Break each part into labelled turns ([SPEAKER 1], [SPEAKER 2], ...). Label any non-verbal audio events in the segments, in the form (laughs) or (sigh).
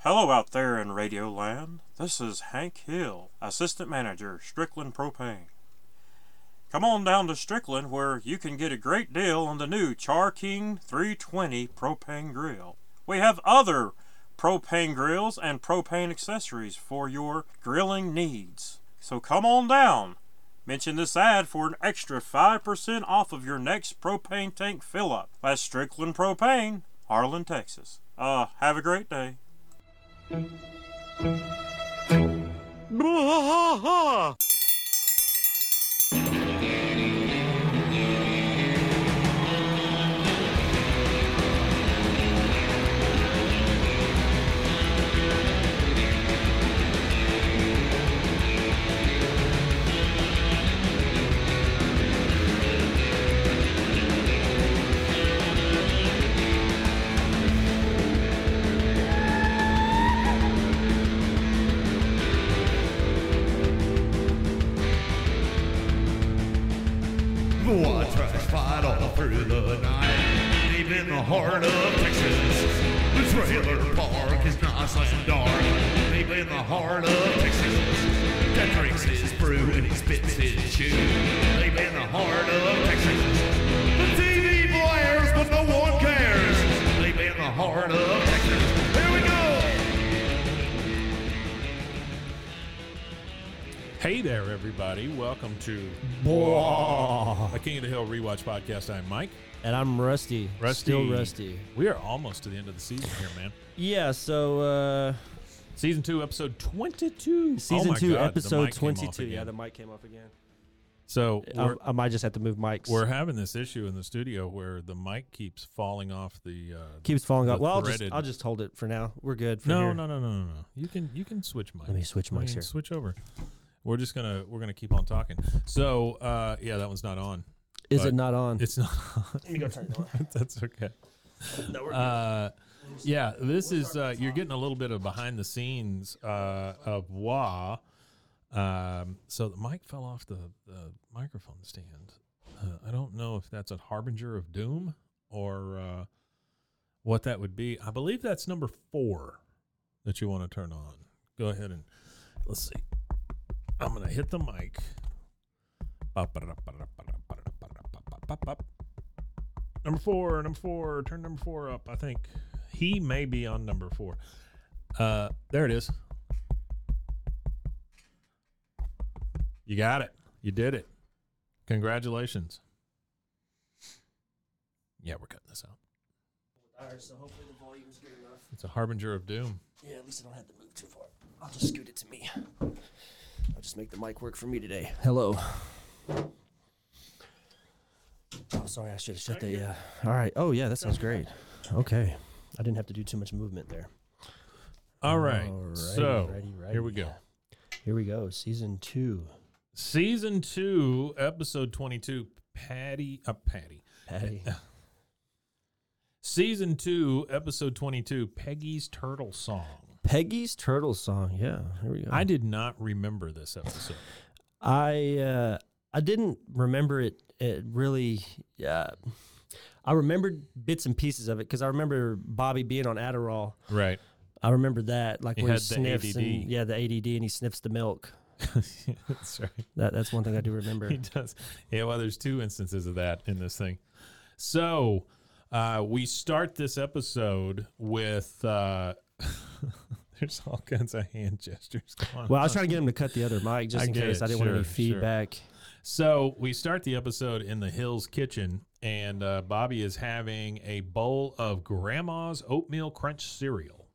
[SPEAKER 1] Hello out there in Radio Land. This is Hank Hill, Assistant Manager, Strickland Propane. Come on down to Strickland where you can get a great deal on the new Char King 320 propane grill. We have other propane grills and propane accessories for your grilling needs. So come on down. Mention this ad for an extra 5% off of your next propane tank fill up. That's Strickland Propane, Harlan, Texas. Uh, have a great day.
[SPEAKER 2] Waters fight all through the night. Deep in the heart of Texas, the trailer park is nice and dark. Deep in the heart of Texas, that drinks his brew and he spits his shoe. Deep in the heart of Texas, the TV blares but no one cares. Deep in the heart of Texas, here we go.
[SPEAKER 3] Hey there, everybody. Welcome to the King of the Hill Rewatch Podcast. I'm Mike.
[SPEAKER 4] And I'm rusty.
[SPEAKER 3] Rusty.
[SPEAKER 4] Still rusty.
[SPEAKER 3] We are almost to the end of the season here, man.
[SPEAKER 4] Yeah, so uh
[SPEAKER 3] Season 2, episode 22.
[SPEAKER 4] season
[SPEAKER 3] Oh my
[SPEAKER 4] two,
[SPEAKER 3] God, the
[SPEAKER 4] episode
[SPEAKER 3] mic came off
[SPEAKER 4] 22.
[SPEAKER 3] again.
[SPEAKER 4] Yeah, the mic came off again.
[SPEAKER 3] so
[SPEAKER 4] I,
[SPEAKER 3] we're,
[SPEAKER 4] I might just have to move mics.
[SPEAKER 3] we're having this issue in the studio where the mic keeps falling off the. Uh,
[SPEAKER 4] Keeps falling
[SPEAKER 3] the
[SPEAKER 4] off. Well, I'll just,
[SPEAKER 3] threaded-
[SPEAKER 4] I'll just hold it for now. We're good. For
[SPEAKER 3] No,
[SPEAKER 4] here.
[SPEAKER 3] no, no, no, no, no. You can you can switch mics.
[SPEAKER 4] Let me switch
[SPEAKER 3] I
[SPEAKER 4] mics
[SPEAKER 3] mean,
[SPEAKER 4] here.
[SPEAKER 3] Switch over. We're just gonna we're gonna keep on talking. So uh, yeah, that one's not on.
[SPEAKER 4] Is
[SPEAKER 3] but-
[SPEAKER 4] it not on?
[SPEAKER 3] It's not. Let me go turn it on. (laughs) That's okay. Uh, yeah, this is uh, you're getting a little bit of behind the scenes uh, of Wah. Um, so the mic fell off the, the microphone stand. Uh, I don't know if that's a harbinger of doom or uh, what that would be. I believe that's number four that you want to turn on. Go ahead and let's see. I'm gonna hit the mic. Number four, number four, turn number four up. I think he may be on number four. Uh, there it is. You got it. You did it. Congratulations. Yeah, we're cutting this out.
[SPEAKER 5] All right, so hopefully the volume's good enough.
[SPEAKER 3] It's a harbinger of doom.
[SPEAKER 5] Yeah, at least I don't have to move too far. I'll just scoot it to me. I'll just make the mic work for me today. Hello.
[SPEAKER 4] oh, sorry, I should have shut the. Yeah.
[SPEAKER 5] uh,
[SPEAKER 4] All right. Oh yeah, that sounds great. Okay. I didn't have to do too much movement there.
[SPEAKER 3] All right.
[SPEAKER 4] Alrighty,
[SPEAKER 3] so
[SPEAKER 4] righty,
[SPEAKER 3] here we
[SPEAKER 4] righty.
[SPEAKER 3] go.
[SPEAKER 4] Here we go. Season two.
[SPEAKER 3] Season two, episode 22. Patty, uh, Patty.
[SPEAKER 4] Patty.
[SPEAKER 3] Season two, episode 22, Peggy's Turtle Song.
[SPEAKER 4] Peggy's turtle song. Yeah. Here we go.
[SPEAKER 3] I did not remember this episode.
[SPEAKER 4] I uh, I didn't remember it. It really. Uh, I remembered bits and pieces of it because I remember Bobby being on Adderall.
[SPEAKER 3] right.
[SPEAKER 4] I remember that, like
[SPEAKER 3] He
[SPEAKER 4] where he
[SPEAKER 3] had the ADD.
[SPEAKER 4] sniffs and yeah, the ADD, and he sniffs the milk.
[SPEAKER 3] (laughs) That's right.
[SPEAKER 4] That that's one thing I do
[SPEAKER 3] (laughs)
[SPEAKER 4] remember.
[SPEAKER 3] He does. Yeah, well, there's two instances of that in this thing. So uh, we start this episode with. Uh, (laughs) There's all kinds of hand gestures going
[SPEAKER 4] Well, I
[SPEAKER 3] on.
[SPEAKER 4] was trying to get him to cut the other mic just
[SPEAKER 3] I
[SPEAKER 4] in
[SPEAKER 3] get
[SPEAKER 4] case
[SPEAKER 3] it.
[SPEAKER 4] I didn't want
[SPEAKER 3] Sure,
[SPEAKER 4] any
[SPEAKER 3] sure.
[SPEAKER 4] feedback.
[SPEAKER 3] So we start the episode in the Hills kitchen, and uh, Bobby is having a bowl of Grandma's oatmeal crunch cereal.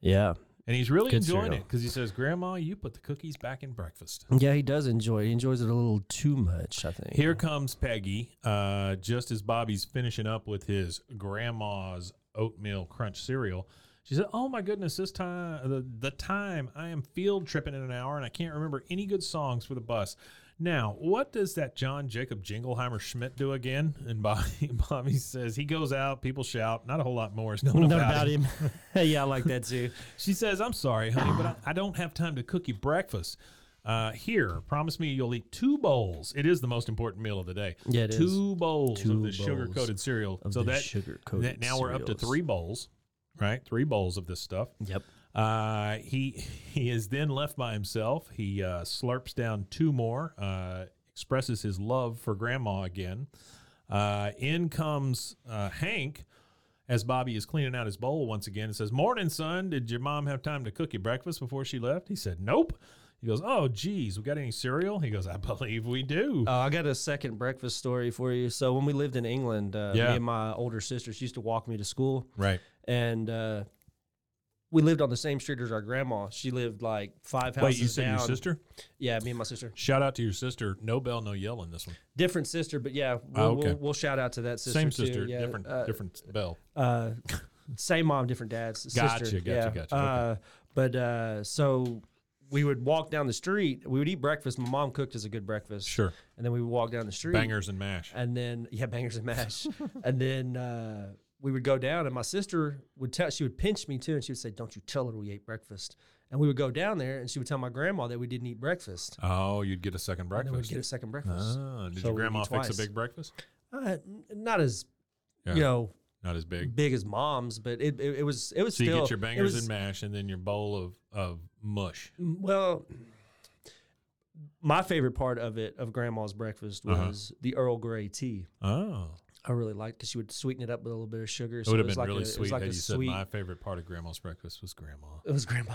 [SPEAKER 4] Yeah,
[SPEAKER 3] And he's really
[SPEAKER 4] Good
[SPEAKER 3] enjoying
[SPEAKER 4] cereal.
[SPEAKER 3] it because he says, Grandma, you put the cookies back in breakfast.
[SPEAKER 4] yeah, he does enjoy. it. He enjoys it a little too much, I think.
[SPEAKER 3] Here comes Peggy, uh, just as Bobby's finishing up with his grandma's oatmeal crunch cereal. She said, "Oh my goodness, this time the, the time I am field tripping in an hour, and I can't remember any good songs for the bus." Now, what does that John Jacob Jingleheimer Schmidt do again? And Bobby, (laughs) Bobby says he goes out, people shout, not a whole lot more is known
[SPEAKER 4] Not
[SPEAKER 3] about,
[SPEAKER 4] about
[SPEAKER 3] him.
[SPEAKER 4] him. (laughs) yeah, I like
[SPEAKER 3] (laughs)
[SPEAKER 4] that too.
[SPEAKER 3] She says, I'm sorry, honey, but I, I don't have time to cook you breakfast. Uh, here, promise me you'll eat two bowls. It is the most important meal of the day.
[SPEAKER 4] Yeah, it is.
[SPEAKER 3] two bowls
[SPEAKER 4] Two
[SPEAKER 3] of the
[SPEAKER 4] bowls
[SPEAKER 3] sugar coated cereal.
[SPEAKER 4] of
[SPEAKER 3] so
[SPEAKER 4] the
[SPEAKER 3] that,
[SPEAKER 4] sugar-coated
[SPEAKER 3] that now we're up to
[SPEAKER 4] cereals.
[SPEAKER 3] three bowls, right? Three bowls of this stuff.
[SPEAKER 4] Yep.
[SPEAKER 3] Uh, he he is then left by himself. He uh, slurps down two more, uh, expresses his love for Grandma again. Uh, in comes uh, Hank as Bobby is cleaning out his bowl once again and says, Morning, son. Did your mom have time to cook you breakfast before she left? He said, Nope. He goes, Oh, geez, we got any cereal? He goes, I believe we do.
[SPEAKER 4] Uh, I got a second breakfast story for you. So when we lived in England, uh,
[SPEAKER 3] Yeah.
[SPEAKER 4] me and my older sister, she used to walk me to school,
[SPEAKER 3] right.
[SPEAKER 4] and uh, we lived on the same street as our grandma. She lived like five houses
[SPEAKER 3] Wait, you said
[SPEAKER 4] down.
[SPEAKER 3] your sister?
[SPEAKER 4] Yeah, me and my sister,
[SPEAKER 3] Shout out to your sister. No bell, no yell in this one.
[SPEAKER 4] different sister, but yeah, we'll,
[SPEAKER 3] Oh, okay.
[SPEAKER 4] we'll, we'll shout out to that sister.
[SPEAKER 3] Same
[SPEAKER 4] too.
[SPEAKER 3] sister,
[SPEAKER 4] Yeah,
[SPEAKER 3] different
[SPEAKER 4] uh,
[SPEAKER 3] different bell.
[SPEAKER 4] uh, same mom, different dads. Sister.
[SPEAKER 3] Gotcha, gotcha,
[SPEAKER 4] yeah.
[SPEAKER 3] gotcha,
[SPEAKER 4] Uh, but uh, so we would walk down the street. We would eat breakfast. My mom cooked us a good breakfast.
[SPEAKER 3] Sure.
[SPEAKER 4] And then we would walk down the street.
[SPEAKER 3] Bangers and mash.
[SPEAKER 4] And then yeah, bangers and mash. and then uh, we would go down, and my sister would tell. She would pinch me too, and she would say, "Don't you tell her we ate breakfast." And we would go down there, and she would tell my grandma that we didn't eat breakfast.
[SPEAKER 3] Oh, you'd get a second
[SPEAKER 4] And then we'd
[SPEAKER 3] breakfast.
[SPEAKER 4] get a second breakfast.
[SPEAKER 3] Ah, did
[SPEAKER 4] So
[SPEAKER 3] your
[SPEAKER 4] we would eat
[SPEAKER 3] grandma fix a
[SPEAKER 4] twice.
[SPEAKER 3] big breakfast?
[SPEAKER 4] Uh, n- not as
[SPEAKER 3] Yeah,
[SPEAKER 4] you know
[SPEAKER 3] not as big.
[SPEAKER 4] big as mom's, but it it, it was it was
[SPEAKER 3] So you
[SPEAKER 4] Mm-hmm. still
[SPEAKER 3] get your
[SPEAKER 4] it
[SPEAKER 3] bangers
[SPEAKER 4] was-
[SPEAKER 3] and mash, and then your bowl of, of mush.
[SPEAKER 4] Well, my favorite part of it of grandma's breakfast
[SPEAKER 3] Uh-huh.
[SPEAKER 4] was the Earl Grey tea.
[SPEAKER 3] Oh,
[SPEAKER 4] I really liked because she would sweeten it up with a little bit of sugar.
[SPEAKER 3] it would have
[SPEAKER 4] was
[SPEAKER 3] been really
[SPEAKER 4] a- it was
[SPEAKER 3] sweet
[SPEAKER 4] like
[SPEAKER 3] that
[SPEAKER 4] a
[SPEAKER 3] you said my favorite part of grandma's breakfast was grandma.
[SPEAKER 4] It was grandma,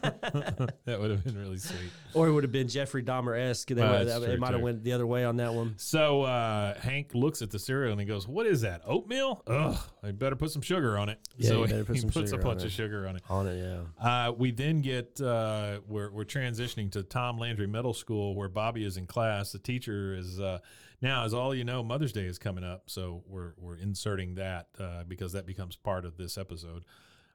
[SPEAKER 3] that would have been really sweet.
[SPEAKER 4] (laughs) or it would have been Jeffrey Dahmer esque.
[SPEAKER 3] Well,
[SPEAKER 4] Well,
[SPEAKER 3] that's true,
[SPEAKER 4] it might have
[SPEAKER 3] too.
[SPEAKER 4] went the other way on that one.
[SPEAKER 3] So uh, Hank looks at the cereal and he goes, "What is that? Oatmeal? Ugh! I better put some sugar on it."
[SPEAKER 4] Yeah,
[SPEAKER 3] so
[SPEAKER 4] you better
[SPEAKER 3] (laughs)
[SPEAKER 4] put
[SPEAKER 3] he
[SPEAKER 4] some
[SPEAKER 3] puts a
[SPEAKER 4] sugar on
[SPEAKER 3] bunch
[SPEAKER 4] it.
[SPEAKER 3] of sugar on it.
[SPEAKER 4] On it, yeah.
[SPEAKER 3] Uh, we then get uh, we're we're transitioning to Tom Landry Middle School where Bobby is in class. The teacher is uh, now, as all you know, Mother's Day is coming up, so we're we're inserting that uh, because that becomes part of this episode.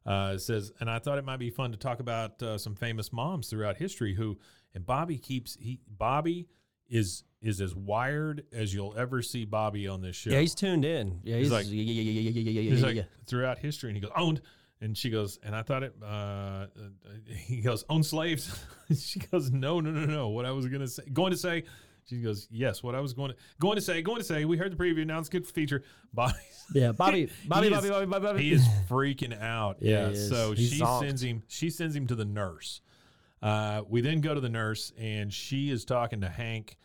[SPEAKER 3] Uh, it says, and I thought it might be fun to talk about uh, some famous moms throughout history who, and Bobby keeps he Bobby is is as wired as you'll ever see Bobby on this show.
[SPEAKER 4] Yeah, he's tuned in. Yeah, he's,
[SPEAKER 3] like-
[SPEAKER 4] yeah, yeah, yeah, yeah, yeah, yeah, yeah,
[SPEAKER 3] He's
[SPEAKER 4] yeah,
[SPEAKER 3] like
[SPEAKER 4] yeah.
[SPEAKER 3] throughout history, and he goes owned, and she goes, and I thought it. Uh, uh, he goes owned slaves. (laughs) she goes, no, no, no, no. What I was gonna say, going to say. She goes, yes. What I was going to going to say, going to say. We heard the preview. Now it's good feature. (laughs) Bobby,
[SPEAKER 4] yeah. Bobby, Bobby,
[SPEAKER 3] he
[SPEAKER 4] Bobby,
[SPEAKER 3] is-
[SPEAKER 4] Bobby, Bobby, Bobby.
[SPEAKER 3] He is freaking out.
[SPEAKER 4] Yeah,
[SPEAKER 3] Yeah.
[SPEAKER 4] he is.
[SPEAKER 3] So
[SPEAKER 4] He's
[SPEAKER 3] she
[SPEAKER 4] zonked.
[SPEAKER 3] sends him. She sends him to the nurse. Uh, we then go to the nurse, and she is talking to Hank,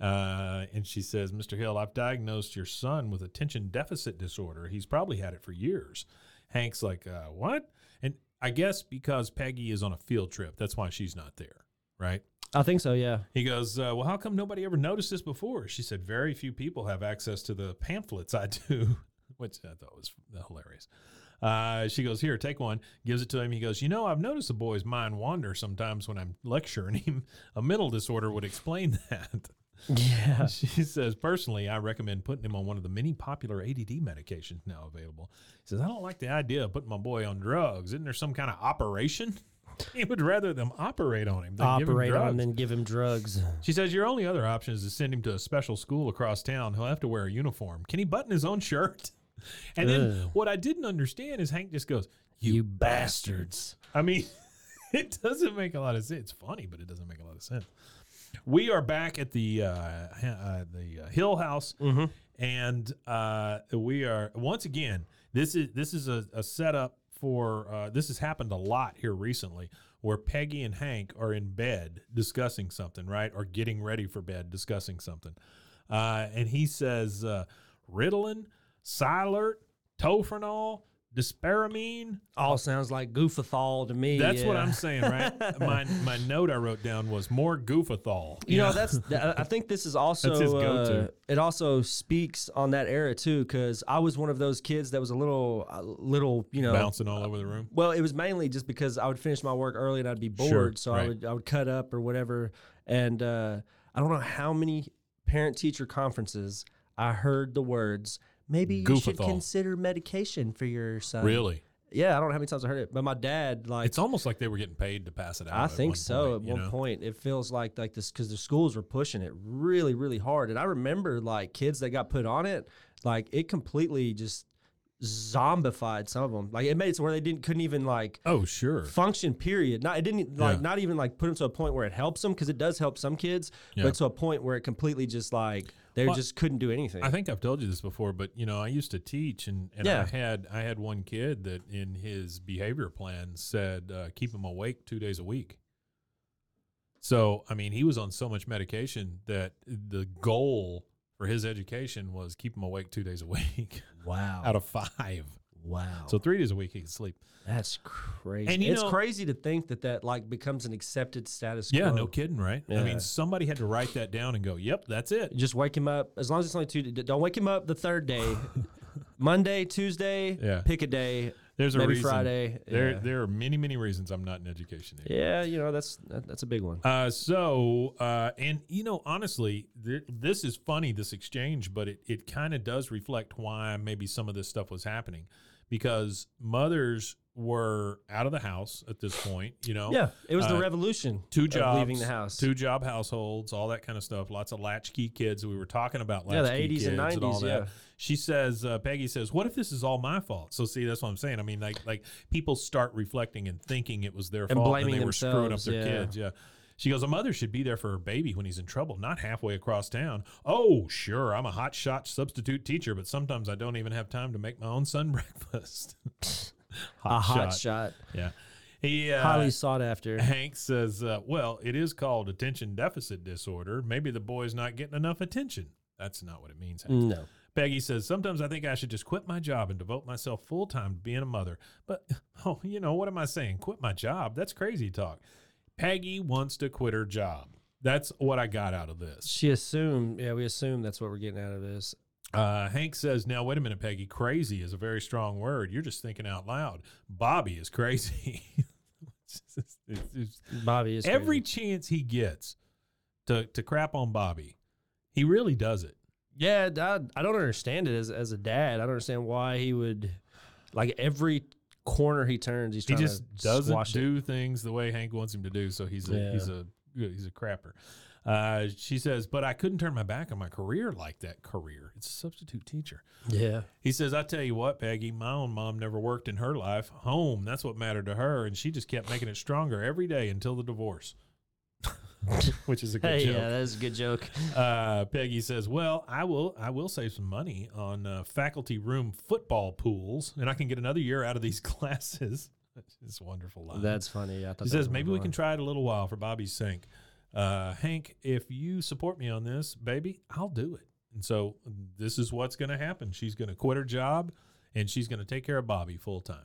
[SPEAKER 3] uh, and she says, "Mr. Hill, I've diagnosed your son with attention deficit disorder. He's probably had it for years." Hank's like, uh, "What?" And I guess because Peggy is on a field trip, that's why she's not there, right?
[SPEAKER 4] I think so. Yeah.
[SPEAKER 3] He goes, uh, Well, how come nobody ever noticed this before? She said, Very few people have access to the pamphlets I do, (laughs) which I thought was hilarious. Uh, she goes, Here, take one, gives it to him. He goes, You know, I've noticed the boy's mind wander sometimes when I'm lecturing him. A mental disorder would explain (laughs) that.
[SPEAKER 4] Yeah.
[SPEAKER 3] (laughs) She says, personally, I recommend putting him on one of the many popular ADD medications now available. He says, I don't like the idea of putting my boy on drugs. Isn't there some kind of operation? (laughs) He would rather them operate on him than
[SPEAKER 4] Operate
[SPEAKER 3] give him drugs.
[SPEAKER 4] on, then give him drugs.
[SPEAKER 3] She says your only other option is to send him to a special school across town. He'll have to wear a uniform. Can he button his own shirt? (laughs) And then
[SPEAKER 4] Ugh.
[SPEAKER 3] what I didn't understand is Hank just goes, "You."
[SPEAKER 4] bastards.
[SPEAKER 3] I mean, (laughs) it doesn't make a lot of sense. It's funny, but it doesn't make a lot of sense. We are back at the uh, ha- uh, the uh, Hill House, and uh, we are once again. This is this is a, a setup for uh, this has happened a lot here recently, where Peggy and Hank are in bed discussing something, right, or getting ready for bed discussing something, uh, and he says uh, Ritalin, Silert, Tofranol, Disparamine,
[SPEAKER 4] All sounds like goofathol to me.
[SPEAKER 3] that's what
[SPEAKER 4] yeah.
[SPEAKER 3] I'm saying, right?
[SPEAKER 4] (laughs)
[SPEAKER 3] my my note I wrote down was more goofathol.
[SPEAKER 4] You know, that's. th- I I think this is also.
[SPEAKER 3] his go-to.
[SPEAKER 4] uh, it also speaks on that era too, because I was one of those kids that was a little, a little, you know.
[SPEAKER 3] bouncing all over the room.
[SPEAKER 4] Well, it was mainly just because I would finish my work early and I'd be bored, so I
[SPEAKER 3] right.
[SPEAKER 4] would I would cut up or whatever. And uh, I don't know how many parent teacher conferences I heard the words. Maybe you should
[SPEAKER 3] Goofathol.
[SPEAKER 4] consider medication for your son.
[SPEAKER 3] Really?
[SPEAKER 4] Yeah, I don't know how many times I heard it, but my dad like
[SPEAKER 3] It's almost like they were getting paid to pass it out.
[SPEAKER 4] I
[SPEAKER 3] at
[SPEAKER 4] think
[SPEAKER 3] one
[SPEAKER 4] so.
[SPEAKER 3] point,
[SPEAKER 4] at
[SPEAKER 3] you
[SPEAKER 4] one
[SPEAKER 3] know?
[SPEAKER 4] point, it feels like like this because the schools were pushing it really, really hard, and I remember like kids that got put on it, like it completely just zombified some of them. Like it made it to where they didn't couldn't even like
[SPEAKER 3] Oh sure.
[SPEAKER 4] function. Period. Not it didn't like
[SPEAKER 3] Yeah.
[SPEAKER 4] not even like put them to a point where it helps them because it does help some kids,
[SPEAKER 3] Yeah.
[SPEAKER 4] but to a point where it completely just like they
[SPEAKER 3] Well,
[SPEAKER 4] just couldn't do anything.
[SPEAKER 3] I think I've told you this before, but you know, I used to teach, and, and
[SPEAKER 4] Yeah.
[SPEAKER 3] I had I had one kid that in his behavior plan said uh, keep him awake two days a week. So I mean, he was on so much medication that the goal for his education was keep him awake two days a week (laughs)
[SPEAKER 4] wow,
[SPEAKER 3] out of five.
[SPEAKER 4] wow.
[SPEAKER 3] So three days a week he could sleep.
[SPEAKER 4] That's crazy.
[SPEAKER 3] And you
[SPEAKER 4] it's
[SPEAKER 3] know-
[SPEAKER 4] crazy to think that that like becomes an accepted status quo.
[SPEAKER 3] Yeah, no kidding, right? I
[SPEAKER 4] Yeah.
[SPEAKER 3] mean, somebody had to write that down and go, "Yep, that's it."
[SPEAKER 4] Just wake him up as long as it's only two. Don't wake him up the
[SPEAKER 3] (laughs)
[SPEAKER 4] third day. Monday, Tuesday,
[SPEAKER 3] Yeah.
[SPEAKER 4] pick a day.
[SPEAKER 3] There's a
[SPEAKER 4] maybe
[SPEAKER 3] reason.
[SPEAKER 4] Friday.
[SPEAKER 3] There,
[SPEAKER 4] yeah.
[SPEAKER 3] there are many, many reasons I'm not in education. anymore.
[SPEAKER 4] yeah, you know that's that, that's a big one.
[SPEAKER 3] Uh, so, uh, and you know, honestly, th- this is funny, this exchange, but it, it kind of does reflect why maybe some of this stuff was happening because mothers were out of the house at this point, you know?
[SPEAKER 4] yeah, it was the
[SPEAKER 3] uh,
[SPEAKER 4] revolution.
[SPEAKER 3] Two
[SPEAKER 4] of
[SPEAKER 3] jobs,
[SPEAKER 4] leaving the house.
[SPEAKER 3] two job households, all that kind of stuff. Lots of latchkey kids. We were talking about
[SPEAKER 4] Yeah, the
[SPEAKER 3] latchkey
[SPEAKER 4] 80s
[SPEAKER 3] kids
[SPEAKER 4] and
[SPEAKER 3] all
[SPEAKER 4] 90s,
[SPEAKER 3] that.
[SPEAKER 4] yeah.
[SPEAKER 3] She says, uh, Peggy says, "What if this is all my fault?" So see, that's what I'm saying. I mean, like, like people start reflecting and thinking it was their
[SPEAKER 4] And
[SPEAKER 3] fault
[SPEAKER 4] blaming
[SPEAKER 3] and they were screwing up
[SPEAKER 4] themselves,
[SPEAKER 3] their
[SPEAKER 4] yeah.
[SPEAKER 3] kids. Yeah. She goes, a mother should be there for her baby when he's in trouble, not halfway across town. Oh, sure, I'm a hot shot substitute teacher, but sometimes I don't even have time to make my own son (laughs) breakfast.
[SPEAKER 4] a hot
[SPEAKER 3] shot.
[SPEAKER 4] shot,
[SPEAKER 3] yeah. He, uh,
[SPEAKER 4] highly sought after.
[SPEAKER 3] Hank says, uh, "Well, it is called attention deficit disorder. Maybe the boy's not getting enough attention. That's not what it means." Hank.
[SPEAKER 4] (laughs) No,
[SPEAKER 3] Peggy says, "Sometimes I think I should just quit my job and devote myself full time to being a mother. But (laughs) oh, you know what am I saying? Quit my job? That's crazy talk." Peggy wants to quit her job. That's what I got out of this.
[SPEAKER 4] she assumed. Yeah, we assume that's what we're getting out of this.
[SPEAKER 3] Uh, Hank says, "Now wait a minute, Peggy. Crazy is a very strong word. You're just thinking out loud. Bobby is crazy." (laughs) It's just- it's just-
[SPEAKER 4] Bobby is
[SPEAKER 3] every
[SPEAKER 4] crazy.
[SPEAKER 3] chance he gets to to crap on Bobby, he really does it.
[SPEAKER 4] yeah. I, I don't understand it as as a dad. I don't understand why he would like every corner he turns. He's
[SPEAKER 3] He
[SPEAKER 4] trying
[SPEAKER 3] just
[SPEAKER 4] to
[SPEAKER 3] doesn't
[SPEAKER 4] squash it.
[SPEAKER 3] do things the way Hank wants him to do. So he's a
[SPEAKER 4] Yeah.
[SPEAKER 3] he's a he's a crapper. Uh, she says, but I couldn't turn my back on my career like that. Career, it's a substitute teacher.
[SPEAKER 4] Yeah.
[SPEAKER 3] He says, I tell you what, Peggy, my own mom never worked in her life. Home, that's what mattered to her, and she just kept making it stronger every day until the divorce. (laughs) Which is a good
[SPEAKER 4] Hey,
[SPEAKER 3] joke.
[SPEAKER 4] yeah, that's a
[SPEAKER 3] (laughs)
[SPEAKER 4] good joke.
[SPEAKER 3] Uh, Peggy says, "Well, I will. I will save some money on uh, faculty room football pools, and I can get another year out of these (laughs) classes." It's a wonderful line.
[SPEAKER 4] That's funny. I thought
[SPEAKER 3] he
[SPEAKER 4] that was
[SPEAKER 3] says, "Maybe we
[SPEAKER 4] another
[SPEAKER 3] can
[SPEAKER 4] one.
[SPEAKER 3] try it a little while for Bobby's sink." Uh, Hank, if you support me on this, baby, I'll do it. And so this is what's going to happen. She's going to quit her job, and she's going to take care of Bobby full time.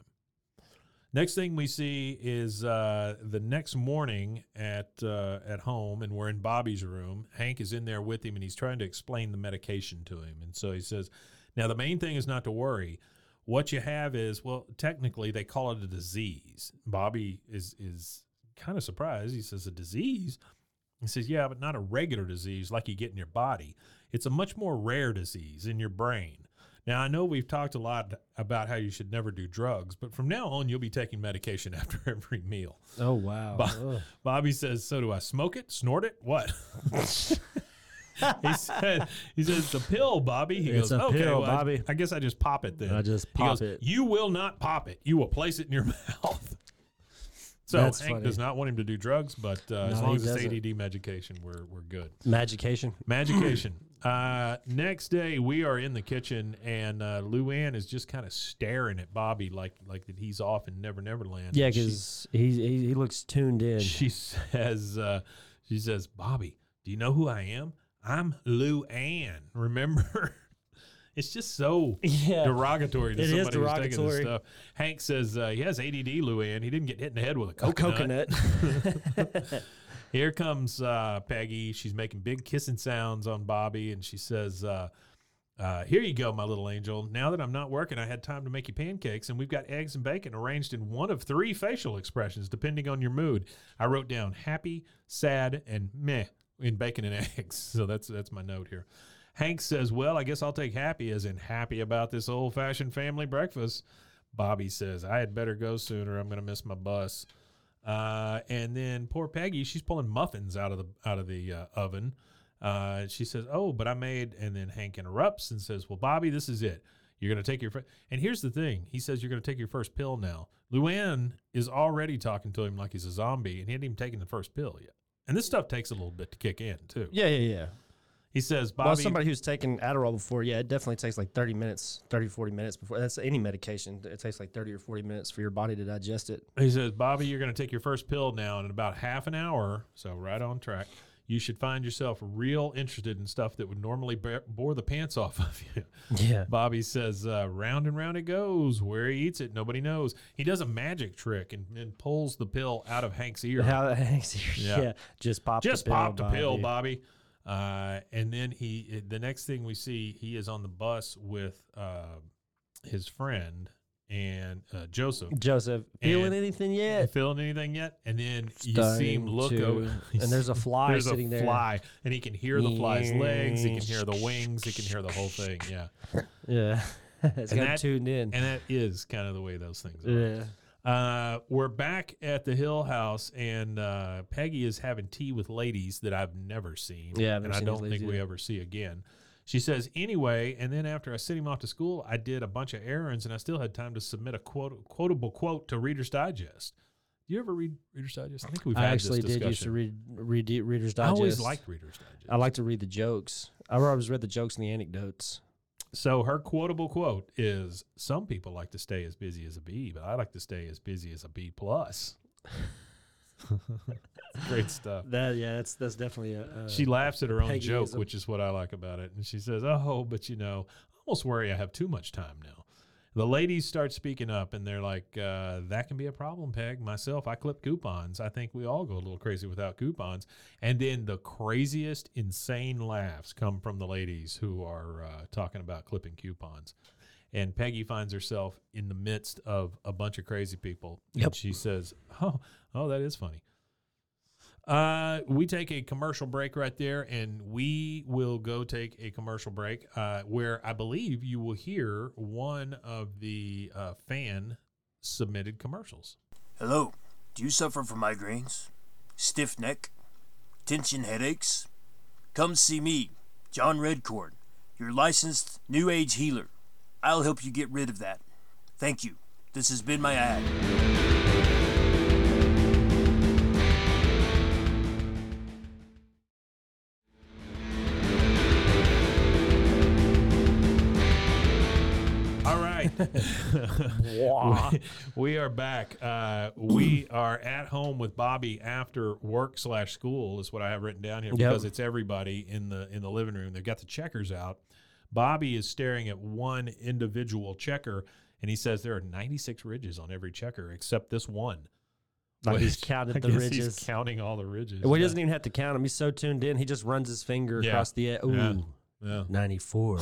[SPEAKER 3] Next thing we see is uh, the next morning at uh, at home, and we're in Bobby's room. Hank is in there with him, and he's trying to explain the medication to him. And so he says, "Now the main thing is not to worry. What you have is well, technically they call it a disease." Bobby is is kind of surprised. He says, "A disease." He says, "Yeah, but not a regular disease like you get in your body. It's a much more rare disease in your brain." Now, I know we've talked a lot about how you should never do drugs, but from now on, you'll be taking medication (laughs) after every meal.
[SPEAKER 4] Oh wow.
[SPEAKER 3] Bo-
[SPEAKER 4] Ugh.
[SPEAKER 3] Bobby says, "So do I smoke it, snort it, what?" (laughs) he said, "He says the pill, Bobby." He
[SPEAKER 4] It's
[SPEAKER 3] goes,
[SPEAKER 4] a
[SPEAKER 3] "Okay,
[SPEAKER 4] pill,
[SPEAKER 3] well, I-
[SPEAKER 4] Bobby."
[SPEAKER 3] I, guess I just pop it then.
[SPEAKER 4] I just
[SPEAKER 3] He
[SPEAKER 4] pop
[SPEAKER 3] goes,
[SPEAKER 4] it.
[SPEAKER 3] You will not pop it. You will place it in your (laughs) mouth." So
[SPEAKER 4] That's
[SPEAKER 3] Hank
[SPEAKER 4] funny.
[SPEAKER 3] does not want him to do drugs, but uh, as
[SPEAKER 4] No,
[SPEAKER 3] long
[SPEAKER 4] he
[SPEAKER 3] as it's
[SPEAKER 4] doesn't.
[SPEAKER 3] ADD medication, we're we're good.
[SPEAKER 4] Magication. (clears throat)
[SPEAKER 3] Magication. uh, next day, we are in the kitchen, and uh, Luann is just kind of staring at Bobby like like that he's off in Never Never Land.
[SPEAKER 4] Yeah,
[SPEAKER 3] And she-
[SPEAKER 4] because he, he he looks tuned
[SPEAKER 3] (laughs)
[SPEAKER 4] in.
[SPEAKER 3] she says uh, she says Bobby, do you know who I am? I'm Luann. (laughs) Remember. It's just so
[SPEAKER 4] Yeah.
[SPEAKER 3] derogatory to
[SPEAKER 4] It is
[SPEAKER 3] somebody who's taking this
[SPEAKER 4] derogatory.
[SPEAKER 3] stuff. Hank says uh, he has ADD, Luann. He didn't get hit in the head with a
[SPEAKER 4] A
[SPEAKER 3] coconut.
[SPEAKER 4] Oh, coconut.
[SPEAKER 3] (laughs) Here comes uh, Peggy. She's making big kissing sounds on Bobby, and she says, uh, uh, "Here you go, my little angel. Now that I'm not working, I had time to make you pancakes, and we've got eggs and bacon arranged in one of three facial expressions, depending on your mood. I wrote down happy, sad, and meh in bacon and (laughs) eggs. So that's that's my note here." Hank says, "Well, I guess I'll take happy, as in happy about this old-fashioned family breakfast." Bobby says, I had better go soon or I'm going to miss my bus. Uh, and then poor Peggy, she's pulling muffins out of the out of the uh, oven. Uh, she says, "Oh, but I made." And then Hank interrupts and says, "Well, Bobby, this is it. You're going to take your fir-. and here's the thing. He says you're going to take your first pill now. Luann is already talking to him like he's a zombie, and he hadn't even taken the first pill yet. And this stuff takes a little bit to kick in too.
[SPEAKER 4] (laughs) Yeah, yeah, yeah.
[SPEAKER 3] He says,
[SPEAKER 4] Well,
[SPEAKER 3] "Bobby,
[SPEAKER 4] somebody who's taken Adderall before, yeah, it definitely takes like 30 minutes, 30, 40 minutes before. That's any medication. It takes like 30 or 40 minutes for your body to digest it.
[SPEAKER 3] He says, Bobby, you're going to take your first pill now, and in about half an hour, so right on track, you should find yourself real interested in stuff that would normally b- bore the pants off of
[SPEAKER 4] (laughs)
[SPEAKER 3] you.
[SPEAKER 4] Yeah.
[SPEAKER 3] Bobby says, uh, round and round it goes. Where he eats it, nobody knows. He does a magic trick and, and pulls the pill out of Hank's ear.
[SPEAKER 4] How (laughs) that hangs here.
[SPEAKER 3] Yeah.
[SPEAKER 4] Yeah. Just pop
[SPEAKER 3] Just
[SPEAKER 4] the pill,
[SPEAKER 3] popped a pill,
[SPEAKER 4] Bobby.
[SPEAKER 3] Bobby. Uh, and then he, it- the next thing we see, he is on the bus with uh, his friend and uh, Joseph.
[SPEAKER 4] Joseph, feeling
[SPEAKER 3] And-
[SPEAKER 4] anything
[SPEAKER 3] You
[SPEAKER 4] yet?
[SPEAKER 3] feeling anything yet? And then you see
[SPEAKER 4] Starting
[SPEAKER 3] him look
[SPEAKER 4] to-
[SPEAKER 3] over,
[SPEAKER 4] (laughs)
[SPEAKER 3] (laughs)
[SPEAKER 4] and there's a fly
[SPEAKER 3] there's
[SPEAKER 4] sitting
[SPEAKER 3] a
[SPEAKER 4] there.
[SPEAKER 3] fly, and he can hear the fly's legs, he can hear the wings, he can hear the whole thing. Yeah,
[SPEAKER 4] Yeah. (laughs) it's
[SPEAKER 3] And
[SPEAKER 4] got
[SPEAKER 3] that-
[SPEAKER 4] tuned in.
[SPEAKER 3] and that is kind of the way those things are.
[SPEAKER 4] yeah.
[SPEAKER 3] Uh, we're back at the Hill House, and uh, Peggy is having tea with ladies that I've never seen.
[SPEAKER 4] Yeah, I've never
[SPEAKER 3] and I
[SPEAKER 4] seen these
[SPEAKER 3] don't
[SPEAKER 4] ladies
[SPEAKER 3] think we
[SPEAKER 4] either.
[SPEAKER 3] ever see again. She says, anyway, and then after I sent him off to school, I did a bunch of errands, and I still had time to submit a quote, quotable quote to Reader's Digest. Do you ever read Reader's Digest? I think we've
[SPEAKER 4] I
[SPEAKER 3] had
[SPEAKER 4] actually
[SPEAKER 3] this
[SPEAKER 4] did used to
[SPEAKER 3] discussion.
[SPEAKER 4] read, read Reader's
[SPEAKER 3] I
[SPEAKER 4] Digest.
[SPEAKER 3] always liked Reader's Digest.
[SPEAKER 4] I like to read the jokes. I always read the jokes and the anecdotes.
[SPEAKER 3] so her quotable quote is: "Some people like to stay as busy as a bee, but I like to stay as busy as a bee plus." (laughs) Great stuff.
[SPEAKER 4] That yeah, that's that's definitely a. a
[SPEAKER 3] She laughs at her own joke,
[SPEAKER 4] Peggyism.
[SPEAKER 3] which is what I like about it. And she says, "Oh, but you know, I almost worry I have too much time now." The ladies start speaking up, and they're like, uh, "That can be a problem, Peg. Myself, I clip coupons. I think we all go a little crazy without coupons." And then the craziest, insane laughs come from the ladies who are uh, talking about clipping coupons. And Peggy finds herself in the midst of a bunch of crazy people. And
[SPEAKER 4] Yep.
[SPEAKER 3] she says, "Oh, oh, that is funny." Uh, we take a commercial break right there, and we will go take a commercial break uh, where I believe you will hear one of the uh, fan submitted commercials.
[SPEAKER 6] Hello. Do you suffer from migraines? Stiff neck? Tension headaches? Come see me, John Redcorn, your licensed New Age healer. I'll help you get rid of that. Thank you. This has been my ad.
[SPEAKER 3] All (laughs) right. we, we are back. Uh, we are at home with Bobby after work slash school is what I have written down here because it's everybody in the in the living room. They've got the checkers out. Bobby is staring at one individual checker and he says there are 96 ridges on every checker except this one.
[SPEAKER 4] (laughs) like
[SPEAKER 3] (laughs)
[SPEAKER 4] he's
[SPEAKER 3] Which
[SPEAKER 4] counted
[SPEAKER 3] I
[SPEAKER 4] the
[SPEAKER 3] guess
[SPEAKER 4] ridges.
[SPEAKER 3] He's counting all the ridges.
[SPEAKER 4] well, he
[SPEAKER 3] Yeah.
[SPEAKER 4] doesn't even have to count them. He's so tuned in. He just runs his finger
[SPEAKER 3] Yeah.
[SPEAKER 4] across the. Ooh,
[SPEAKER 3] Yeah. Yeah.
[SPEAKER 4] (laughs) 94.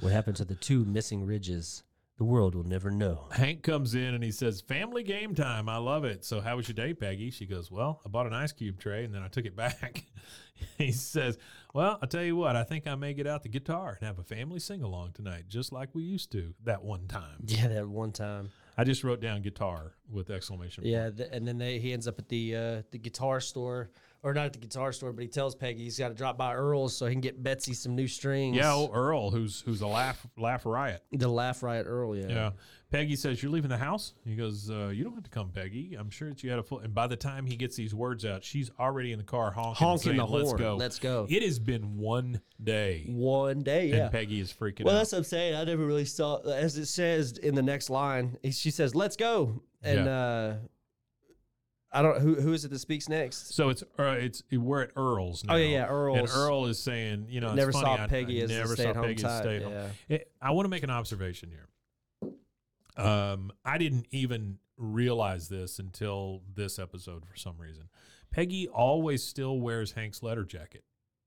[SPEAKER 4] what happened to the two missing ridges? The world will never know.
[SPEAKER 3] Hank comes in and he says, Family game time. I love it. So, how was your day, Peggy? She goes, Well, I bought an ice cube tray and then I took it back. (laughs) he says, Well, I'll tell you what, I think I may get out the guitar and have a family sing along tonight, just like we used to that one time.
[SPEAKER 4] Yeah, that one time.
[SPEAKER 3] I just wrote down guitar with exclamation point.
[SPEAKER 4] Yeah, th- and then they, he ends up at the uh, the guitar store, or not at the guitar store, but he tells Peggy he's got to drop by Earl's so he can get Betsy some new strings.
[SPEAKER 3] Yeah, old Earl, who's who's a laugh laugh riot.
[SPEAKER 4] the laugh riot Earl. Yeah,
[SPEAKER 3] Yeah. Peggy says, You're leaving the house? He goes, uh, You don't have to come, Peggy. I'm sure that you had a full. And by the time he gets these words out, she's already in the car honking,
[SPEAKER 4] Honking
[SPEAKER 3] saying,
[SPEAKER 4] the
[SPEAKER 3] Let's
[SPEAKER 4] horn.
[SPEAKER 3] go.
[SPEAKER 4] Let's go.
[SPEAKER 3] It has been one day.
[SPEAKER 4] one day. Yeah,
[SPEAKER 3] And Peggy is freaking
[SPEAKER 4] Well,
[SPEAKER 3] out.
[SPEAKER 4] that's what I'm saying. I never really saw, as it says in the next line, he- she says, "Let's go," and
[SPEAKER 3] Yeah.
[SPEAKER 4] uh, I don't who who is it that speaks next.
[SPEAKER 3] so it's uh, it's we're at Earl's now.
[SPEAKER 4] Oh, yeah, yeah,
[SPEAKER 3] And
[SPEAKER 4] Earl's.
[SPEAKER 3] Earl is saying, you know, it's
[SPEAKER 4] Never
[SPEAKER 3] funny,
[SPEAKER 4] saw
[SPEAKER 3] I- I
[SPEAKER 4] Peggy as the
[SPEAKER 3] never saw
[SPEAKER 4] stay-at-home
[SPEAKER 3] Peggy as
[SPEAKER 4] type,
[SPEAKER 3] stay at home. It- I want to make an observation here. Um, I didn't even realize this until this episode for some reason. Peggy always still wears Hank's letter jacket.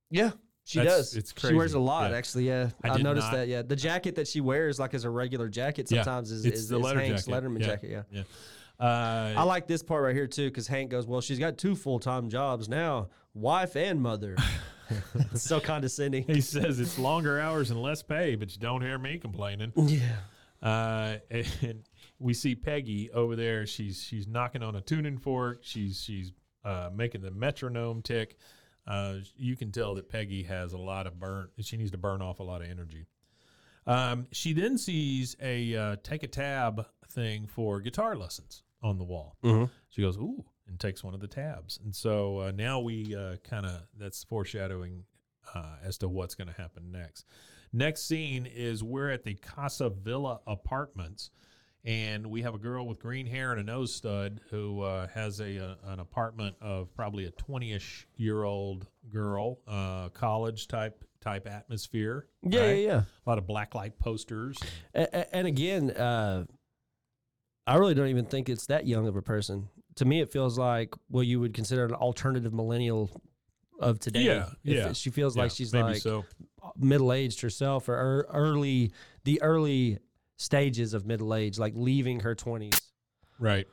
[SPEAKER 4] Yeah, she
[SPEAKER 3] That's-
[SPEAKER 4] does.
[SPEAKER 3] it's
[SPEAKER 4] She wears
[SPEAKER 3] crazy.
[SPEAKER 4] a lot,
[SPEAKER 3] Yeah.
[SPEAKER 4] actually. Yeah,
[SPEAKER 3] I
[SPEAKER 4] I,
[SPEAKER 3] did
[SPEAKER 4] noticed
[SPEAKER 3] not-
[SPEAKER 4] that. Yeah, the jacket that she wears, like as a regular jacket,
[SPEAKER 3] Yeah,
[SPEAKER 4] sometimes is,
[SPEAKER 3] it's
[SPEAKER 4] is
[SPEAKER 3] the
[SPEAKER 4] is
[SPEAKER 3] letter
[SPEAKER 4] Hank's
[SPEAKER 3] jacket.
[SPEAKER 4] Letterman
[SPEAKER 3] Yeah.
[SPEAKER 4] jacket. Yeah.
[SPEAKER 3] Yeah. Uh,
[SPEAKER 4] I like this part right here too, because Hank goes, "Well, she's got two full time jobs now, wife and
[SPEAKER 3] (laughs)
[SPEAKER 4] mother." (laughs) it's so condescending.
[SPEAKER 3] he says it's
[SPEAKER 4] (laughs)
[SPEAKER 3] longer hours and less pay, but you don't hear me complaining.
[SPEAKER 4] Yeah.
[SPEAKER 3] Uh, and we see Peggy over there. She's she's knocking on a tuning fork. She's she's uh, making the metronome tick. Uh, you can tell that Peggy has a lot of burn. She needs to burn off a lot of energy. Um, she then sees a uh, take a tab thing for guitar lessons on the wall.
[SPEAKER 4] Mm-hmm.
[SPEAKER 3] She goes, "Ooh," and takes one of the tabs. And so uh, now we uh, kind of that's foreshadowing uh, as to what's going to happen next. Next scene is we're at the Casa Villa Apartments, and we have a girl with green hair and a nose stud who uh, has a, uh an apartment of probably a twenty-ish year old girl, uh, college type type atmosphere.
[SPEAKER 4] Yeah,
[SPEAKER 3] right?
[SPEAKER 4] yeah, yeah.
[SPEAKER 3] A lot of black light posters.
[SPEAKER 4] A- a- and again, uh, I really don't even think it's that young of a person. To me, it feels like what you would consider an alternative millennial of today.
[SPEAKER 3] Yeah,
[SPEAKER 4] If
[SPEAKER 3] yeah.
[SPEAKER 4] it- She feels like
[SPEAKER 3] Yeah,
[SPEAKER 4] she's
[SPEAKER 3] maybe
[SPEAKER 4] like
[SPEAKER 3] so.
[SPEAKER 4] middle aged herself or ear- early, the early stages of middle age, like leaving her 20s.
[SPEAKER 3] Right.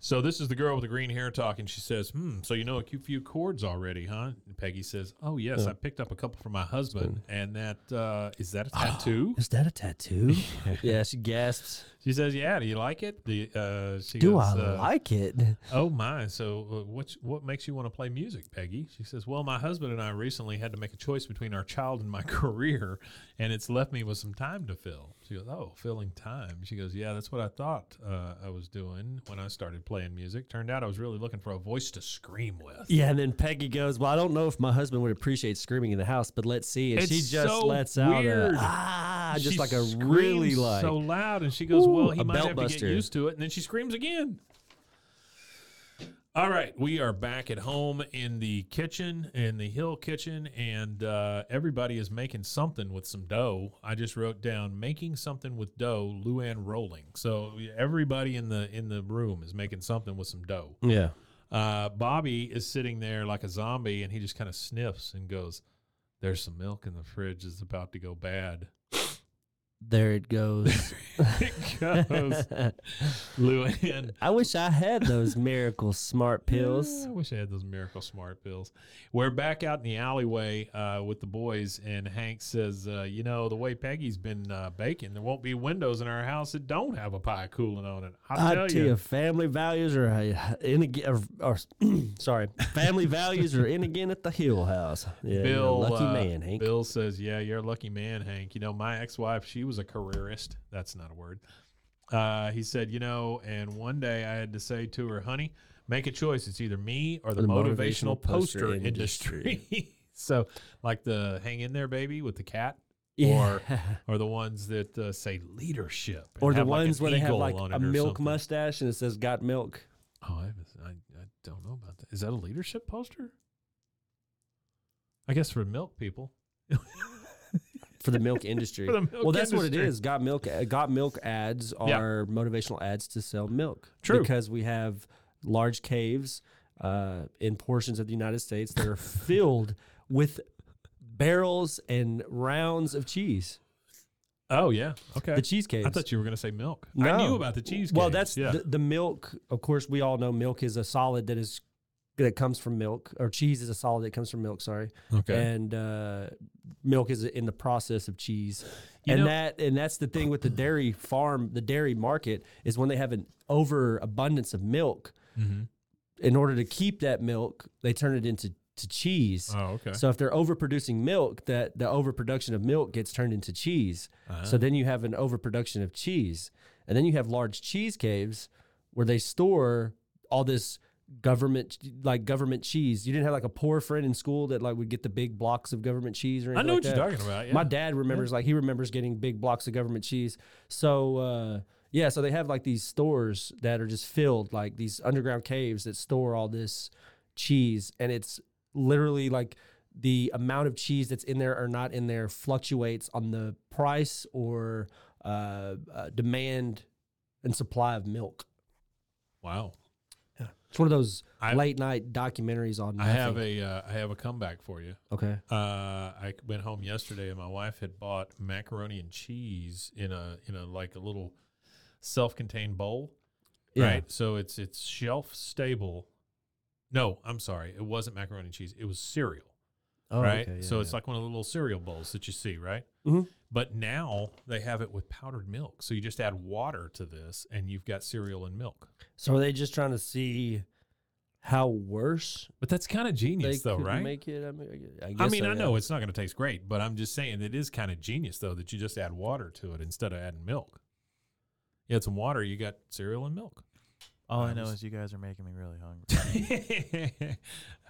[SPEAKER 3] So this is the girl with the green hair talking. She says, "Hmm. So you know a cu- few chords already, huh?" And Peggy says, "Oh yes,
[SPEAKER 4] Hmm.
[SPEAKER 3] I picked up a couple from my husband, and that uh, is that a
[SPEAKER 4] Ah.
[SPEAKER 3] tattoo."
[SPEAKER 4] Is that a tattoo? (laughs) yeah, she gasps.
[SPEAKER 3] she says, "Yeah. Do you like it?" The uh, she
[SPEAKER 4] Do
[SPEAKER 3] goes,
[SPEAKER 4] I
[SPEAKER 3] uh,
[SPEAKER 4] like it?
[SPEAKER 3] Oh my! So uh, what? What makes you want to play music, Peggy? She says, "Well, my husband and I recently had to make a choice between our child and my (laughs) career, and it's left me with some time to fill." She goes, "Oh, filling time." She goes, "Yeah, that's what I thought uh, I was doing when I started playing music. Turned out I was really looking for a voice to scream with."
[SPEAKER 4] Yeah, and then Peggy goes, "Well, I don't know if my husband would appreciate screaming in the house, but let's see." And she
[SPEAKER 3] It's
[SPEAKER 4] just
[SPEAKER 3] so
[SPEAKER 4] lets out
[SPEAKER 3] weird.
[SPEAKER 4] a ah, just
[SPEAKER 3] She
[SPEAKER 4] like a really
[SPEAKER 3] screams
[SPEAKER 4] like.
[SPEAKER 3] so loud, and she goes,
[SPEAKER 4] Ooh,
[SPEAKER 3] "Well, he
[SPEAKER 4] a
[SPEAKER 3] might
[SPEAKER 4] belt
[SPEAKER 3] have to
[SPEAKER 4] buster.
[SPEAKER 3] get used to it." And then she screams again. All right, we are back at home in the kitchen, in the hill kitchen, and uh, everybody is making something with some dough. I just wrote down making something with dough, Luann rolling. So everybody in the in the room is making something with some dough.
[SPEAKER 4] yeah,
[SPEAKER 3] Uh, Bobby is sitting there like a zombie, and he just kind of sniffs and goes, "There's some milk in the fridge. It's about to go bad." (laughs)
[SPEAKER 4] there it goes.
[SPEAKER 3] it
[SPEAKER 4] (laughs)
[SPEAKER 3] goes. Luann.
[SPEAKER 4] I wish I had those miracle smart pills.
[SPEAKER 3] Yeah, I wish I had those miracle smart pills. We're back out in the alleyway uh, with the boys, and Hank says, uh, "You know the way Peggy's been uh, baking, there won't be windows in our house that don't have a pie cooling on it. I
[SPEAKER 4] I
[SPEAKER 3] tell,
[SPEAKER 4] tell
[SPEAKER 3] you,
[SPEAKER 4] you, family values are uh, in again. Or, (clears throat) or, sorry, family values are in again at the Hill House. Yeah, you're a
[SPEAKER 3] Bill,
[SPEAKER 4] lucky
[SPEAKER 3] uh,
[SPEAKER 4] man, Hank.
[SPEAKER 3] Bill says, "Yeah, you're a lucky man, Hank. You know, my ex-wife, she was a careerist. That's not a word." Uh, he said, "You know, and one day I had to say to her, honey, make a choice. It's either me or the,
[SPEAKER 4] The
[SPEAKER 3] motivational,
[SPEAKER 4] motivational
[SPEAKER 3] poster,
[SPEAKER 4] poster
[SPEAKER 3] industry." (laughs) so, like the "Hang in there, baby" with the cat.
[SPEAKER 4] Yeah. (laughs)
[SPEAKER 3] Or, or the ones that uh, say leadership, and
[SPEAKER 4] or the
[SPEAKER 3] have, like, an
[SPEAKER 4] ones where they have
[SPEAKER 3] eagle
[SPEAKER 4] like
[SPEAKER 3] on
[SPEAKER 4] a
[SPEAKER 3] it or
[SPEAKER 4] milk
[SPEAKER 3] something.
[SPEAKER 4] mustache and it says "Got milk."
[SPEAKER 3] Oh, I, haven't- I, I don't know about that. Is that a leadership poster? I guess for milk people.
[SPEAKER 4] for the milk
[SPEAKER 3] (laughs)
[SPEAKER 4] industry.
[SPEAKER 3] For the milk
[SPEAKER 4] well, that's what
[SPEAKER 3] industry.
[SPEAKER 4] it is. Got milk. uh, Got milk ads
[SPEAKER 3] Yeah.
[SPEAKER 4] are motivational ads to sell milk.
[SPEAKER 3] True.
[SPEAKER 4] because we have large caves uh, in portions of the United States that are filled with barrels and rounds of cheese.
[SPEAKER 3] Oh yeah, okay.
[SPEAKER 4] The cheese caves.
[SPEAKER 3] I thought you were going to say milk. I
[SPEAKER 4] No.
[SPEAKER 3] knew about the cheese.
[SPEAKER 4] Well,
[SPEAKER 3] caves,
[SPEAKER 4] that's
[SPEAKER 3] yeah.
[SPEAKER 4] the, the milk. Of course, we all know milk is a solid that is that comes from milk, or cheese is a solid that comes from milk. Sorry.
[SPEAKER 3] okay.
[SPEAKER 4] and uh, milk is in the process of cheese.
[SPEAKER 3] You
[SPEAKER 4] and
[SPEAKER 3] know-
[SPEAKER 4] that and that's the thing with the dairy farm, the dairy market is when they have an overabundance of milk. In order to keep that milk, they turn it into to cheese.
[SPEAKER 3] oh, okay.
[SPEAKER 4] So if they're overproducing milk, that the overproduction of milk gets turned into cheese.
[SPEAKER 3] Ah.
[SPEAKER 4] So then you have an overproduction of cheese, and then you have large cheese caves where they store all this government like government cheese. You didn't have like a poor friend in school that like would get the big blocks of government cheese or
[SPEAKER 3] I
[SPEAKER 4] anything.
[SPEAKER 3] know
[SPEAKER 4] like
[SPEAKER 3] what you're
[SPEAKER 4] that?
[SPEAKER 3] talking about. Yeah.
[SPEAKER 4] My dad remembers like he remembers getting big blocks of government cheese. So uh, yeah, so they have like these stores that are just filled like these underground caves that store all this cheese, and it's literally like the amount of cheese that's in there or not in there fluctuates on the price or uh, uh, demand and supply of milk.
[SPEAKER 3] Wow.
[SPEAKER 4] It's one of those
[SPEAKER 3] I-
[SPEAKER 4] late night documentaries on.
[SPEAKER 3] I have
[SPEAKER 4] nothing.
[SPEAKER 3] a uh, I have a comeback for you.
[SPEAKER 4] okay.
[SPEAKER 3] Uh, I went home yesterday, and my wife had bought macaroni and cheese in a in a like a little self-contained bowl.
[SPEAKER 4] Yeah.
[SPEAKER 3] Right. So it's it's shelf stable. No, I'm sorry. It wasn't macaroni and cheese. It was cereal.
[SPEAKER 4] Oh,
[SPEAKER 3] right?
[SPEAKER 4] okay, yeah,
[SPEAKER 3] so it's
[SPEAKER 4] yeah.
[SPEAKER 3] like one of the little cereal bowls that you see, right?
[SPEAKER 4] Mhm.
[SPEAKER 3] But now they have it with powdered milk. So you just add water to this and you've got cereal and milk.
[SPEAKER 4] So are they just trying to see how worse
[SPEAKER 3] But that's kind of
[SPEAKER 4] they
[SPEAKER 3] genius, though,
[SPEAKER 4] could
[SPEAKER 3] right?
[SPEAKER 4] make it? I mean, I, guess
[SPEAKER 3] I mean,
[SPEAKER 4] so,
[SPEAKER 3] I
[SPEAKER 4] yeah.
[SPEAKER 3] know it's not going to taste great, but I'm just saying it is kind of genius, though, that you just add water to it instead of adding milk. You add some water, you got cereal and milk.
[SPEAKER 7] All
[SPEAKER 3] I
[SPEAKER 7] I know
[SPEAKER 3] was-
[SPEAKER 7] is you guys are making me really hungry.
[SPEAKER 3] (laughs)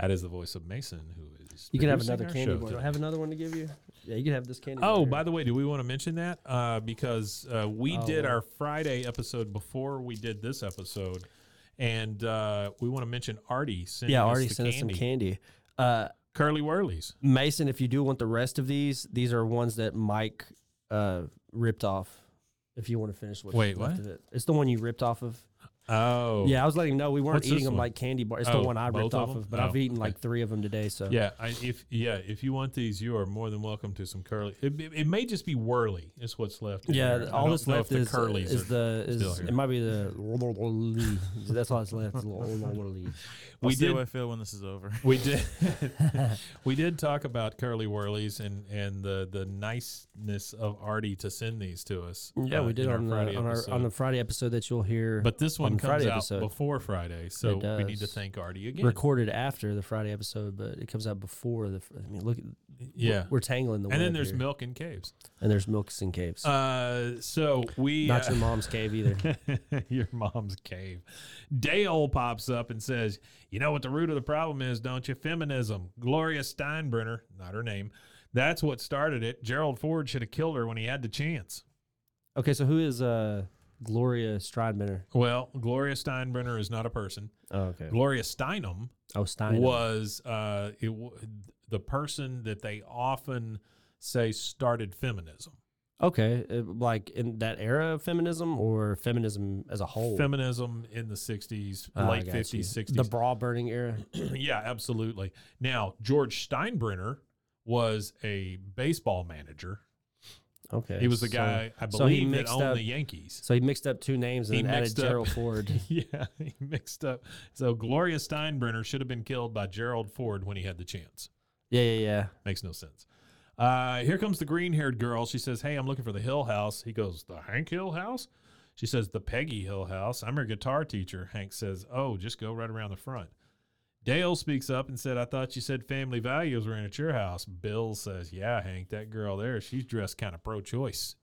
[SPEAKER 3] that is the voice of Mason, who is.
[SPEAKER 4] You can have
[SPEAKER 3] producing
[SPEAKER 4] another
[SPEAKER 3] our
[SPEAKER 4] candy
[SPEAKER 3] show
[SPEAKER 4] bar. Do I
[SPEAKER 3] today.
[SPEAKER 4] have another one to give you? Yeah, you can have this candy. bar
[SPEAKER 3] Oh,
[SPEAKER 4] here.
[SPEAKER 3] by the way, do we want to mention that? Uh, because uh, we
[SPEAKER 4] Oh,
[SPEAKER 3] did
[SPEAKER 4] yeah.
[SPEAKER 3] our Friday episode before we did this episode, and uh, we want to mention Artie. Sending
[SPEAKER 4] yeah,
[SPEAKER 3] us
[SPEAKER 4] already
[SPEAKER 3] the
[SPEAKER 4] sent us some candy. Uh,
[SPEAKER 3] Curly Whirlies.
[SPEAKER 4] Mason, if you do want the rest of these, these are ones that Mike uh, ripped off. If you want to finish with
[SPEAKER 3] Wait, what?
[SPEAKER 4] Of it. It's the one you ripped off of.
[SPEAKER 3] Oh,
[SPEAKER 4] Yeah, I was letting him know we weren't
[SPEAKER 3] What's
[SPEAKER 4] eating
[SPEAKER 3] this
[SPEAKER 4] them
[SPEAKER 3] one?
[SPEAKER 4] like candy bar. It's
[SPEAKER 3] Oh,
[SPEAKER 4] the one I
[SPEAKER 3] both
[SPEAKER 4] ripped
[SPEAKER 3] of
[SPEAKER 4] off
[SPEAKER 3] them?
[SPEAKER 4] of, but
[SPEAKER 3] Oh,
[SPEAKER 4] I've eaten
[SPEAKER 3] okay.
[SPEAKER 4] like three of them today. So
[SPEAKER 3] Yeah, I, if yeah, if you want these, you are more than welcome to some curly. It, it, it may just be whirly. Is what's left. in
[SPEAKER 4] Yeah,
[SPEAKER 3] there. I
[SPEAKER 4] all
[SPEAKER 3] don't
[SPEAKER 4] that's
[SPEAKER 3] know
[SPEAKER 4] left
[SPEAKER 3] if
[SPEAKER 4] is uh,
[SPEAKER 3] the curlies.
[SPEAKER 4] is
[SPEAKER 3] are-
[SPEAKER 4] the
[SPEAKER 3] still
[SPEAKER 4] is,
[SPEAKER 3] here.
[SPEAKER 4] it might be the that's all that's left. is the-
[SPEAKER 3] We
[SPEAKER 7] I'll see
[SPEAKER 3] did-
[SPEAKER 7] how I feel when this is over. (laughs)
[SPEAKER 3] we did
[SPEAKER 4] (laughs)
[SPEAKER 3] we did talk about curly whirlies and and the the niceness of Artie to send these to us.
[SPEAKER 4] Yeah,
[SPEAKER 3] uh,
[SPEAKER 4] we did
[SPEAKER 3] in
[SPEAKER 4] on the
[SPEAKER 3] Friday
[SPEAKER 4] on our
[SPEAKER 3] episode.
[SPEAKER 4] on the Friday episode that you'll hear,
[SPEAKER 3] But this one
[SPEAKER 4] on the
[SPEAKER 3] comes
[SPEAKER 4] Friday
[SPEAKER 3] out
[SPEAKER 4] episode.
[SPEAKER 3] before Friday, so
[SPEAKER 4] It
[SPEAKER 3] we need to
[SPEAKER 4] does.
[SPEAKER 3] thank Artie again.
[SPEAKER 4] recorded after the Friday episode, but it comes out before the. fr- I mean, look,
[SPEAKER 3] yeah.
[SPEAKER 4] we're tangling the.
[SPEAKER 3] and then
[SPEAKER 4] web
[SPEAKER 3] there's
[SPEAKER 4] here.
[SPEAKER 3] milk in caves.
[SPEAKER 4] and there's milks and caves.
[SPEAKER 3] Uh, so we
[SPEAKER 4] Not
[SPEAKER 3] uh,
[SPEAKER 4] your mom's cave either.
[SPEAKER 3] (laughs) your mom's cave. Dale pops up and says, You know what the root of the problem is, don't you? Feminism. Gloria Steinbrenner, not her name. That's what started it. Gerald Ford should have killed her when he had the chance.
[SPEAKER 4] Okay, so who is uh Gloria Stridementer?
[SPEAKER 3] Well, Gloria Steinbrenner is not a person.
[SPEAKER 4] Oh, okay.
[SPEAKER 3] Gloria Steinem
[SPEAKER 4] Oh, Stein.
[SPEAKER 3] was uh, it, w- the person that they often say started feminism.
[SPEAKER 4] Okay, uh, like in that era of feminism or feminism as a whole.
[SPEAKER 3] Feminism in the 60s,
[SPEAKER 4] Oh. Ah, I
[SPEAKER 3] late
[SPEAKER 4] got you.
[SPEAKER 3] 50s, 60s. (clears throat)
[SPEAKER 4] The bra burning era. (clears throat)
[SPEAKER 3] yeah, absolutely. Now, George Steinbrenner was a baseball manager.
[SPEAKER 4] Okay.
[SPEAKER 3] He was the
[SPEAKER 4] so-
[SPEAKER 3] guy, I
[SPEAKER 4] so he
[SPEAKER 3] believe, that
[SPEAKER 4] mixed
[SPEAKER 3] owned
[SPEAKER 4] up-
[SPEAKER 3] the Yankees. (laughs)
[SPEAKER 4] So he mixed up two names and
[SPEAKER 3] He
[SPEAKER 4] then added
[SPEAKER 3] mixed up-
[SPEAKER 4] Gerald
[SPEAKER 3] (laughs)
[SPEAKER 4] Ford.
[SPEAKER 3] yeah, he mixed up. So Gloria Steinbrenner should have been killed by Gerald Ford when he had the chance.
[SPEAKER 4] Yeah, yeah, yeah.
[SPEAKER 3] Makes no sense. Uh, here comes the green haired girl. She says, Hey, I'm looking for the Hill House. He goes, The Hank Hill House? She says, The Peggy Hill House. I'm her guitar teacher. Hank says, Oh, just go right around the front. Dale speaks up and said, I thought you said family values were in at your house. Bill says, Yeah, Hank, that girl there, she's dressed kind of pro choice.